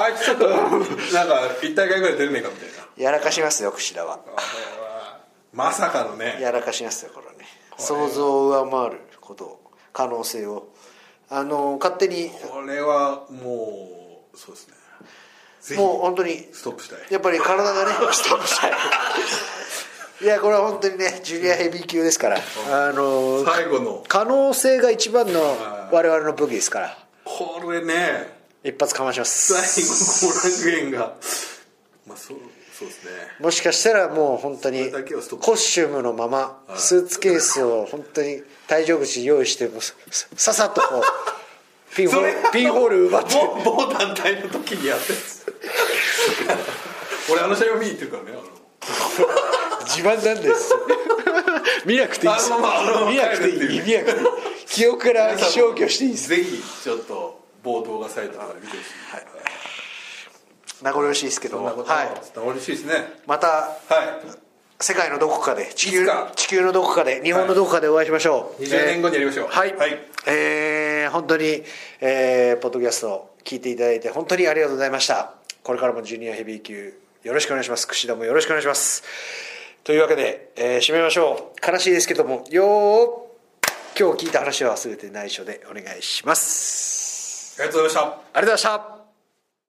S3: あいつちょっとなんか一大会ぐらい出れねえかみたいな
S2: やらかしますよ櫛田は
S3: まさかのね
S2: やらかしますよこれはね想像を上回ることを可能性をあの勝手に
S3: これはもうそうですねぜひ
S2: もう本当に
S3: ストップしたい
S2: やっぱり体 がねストップしたいいやこれは本当にねジュニアヘビー級ですからあの
S3: 最後の
S2: 可能性が一番の
S3: はい
S2: 我々の武器ですから
S3: これね
S2: 一発かましま
S3: 最
S2: す
S3: 後の後楽園 がまあそうそうですね
S2: もしかしたらもう本当
S3: そ
S2: に
S3: れだけはストップ
S2: コスチュームのまま
S3: はい
S2: スーツケースを本当に退場口用意してもうさささっとこう ピンホ
S3: それ
S2: ールピンホール奪って
S3: 某某団体の時にやったやつ俺あの試合を見に行ってるからねあの
S2: 自慢なん ですよ見なくていいですよ
S3: あまあまああの
S2: 見なくてい
S3: 帰るってい
S2: いう見なくていい記憶から
S3: 皆さんも
S2: 消去していいです
S3: ぜひちょっと暴動がサイトから見てほしい
S2: 名残惜しいですけど
S3: そんなこと
S2: はい
S3: は嬉しいですね
S2: また
S3: は
S2: 世界のどこかで地
S3: い
S2: 球
S3: つか
S2: 地球のどこかで日本のどこかでお会いしましょう、
S3: い20年後にやりましょう
S2: はい、えー本当に、えーポッドキャストを聞いていただいて本当にありがとうございましたこれからもジュニアヘビー級よろしくお願いします櫛田もよろしくお願いしますというわけで、えー締めましょう悲しいですけどもよー今日聞いた話は全て内緒でお願いします
S3: ありがとうございまし
S2: あり
S3: た
S2: がとうございました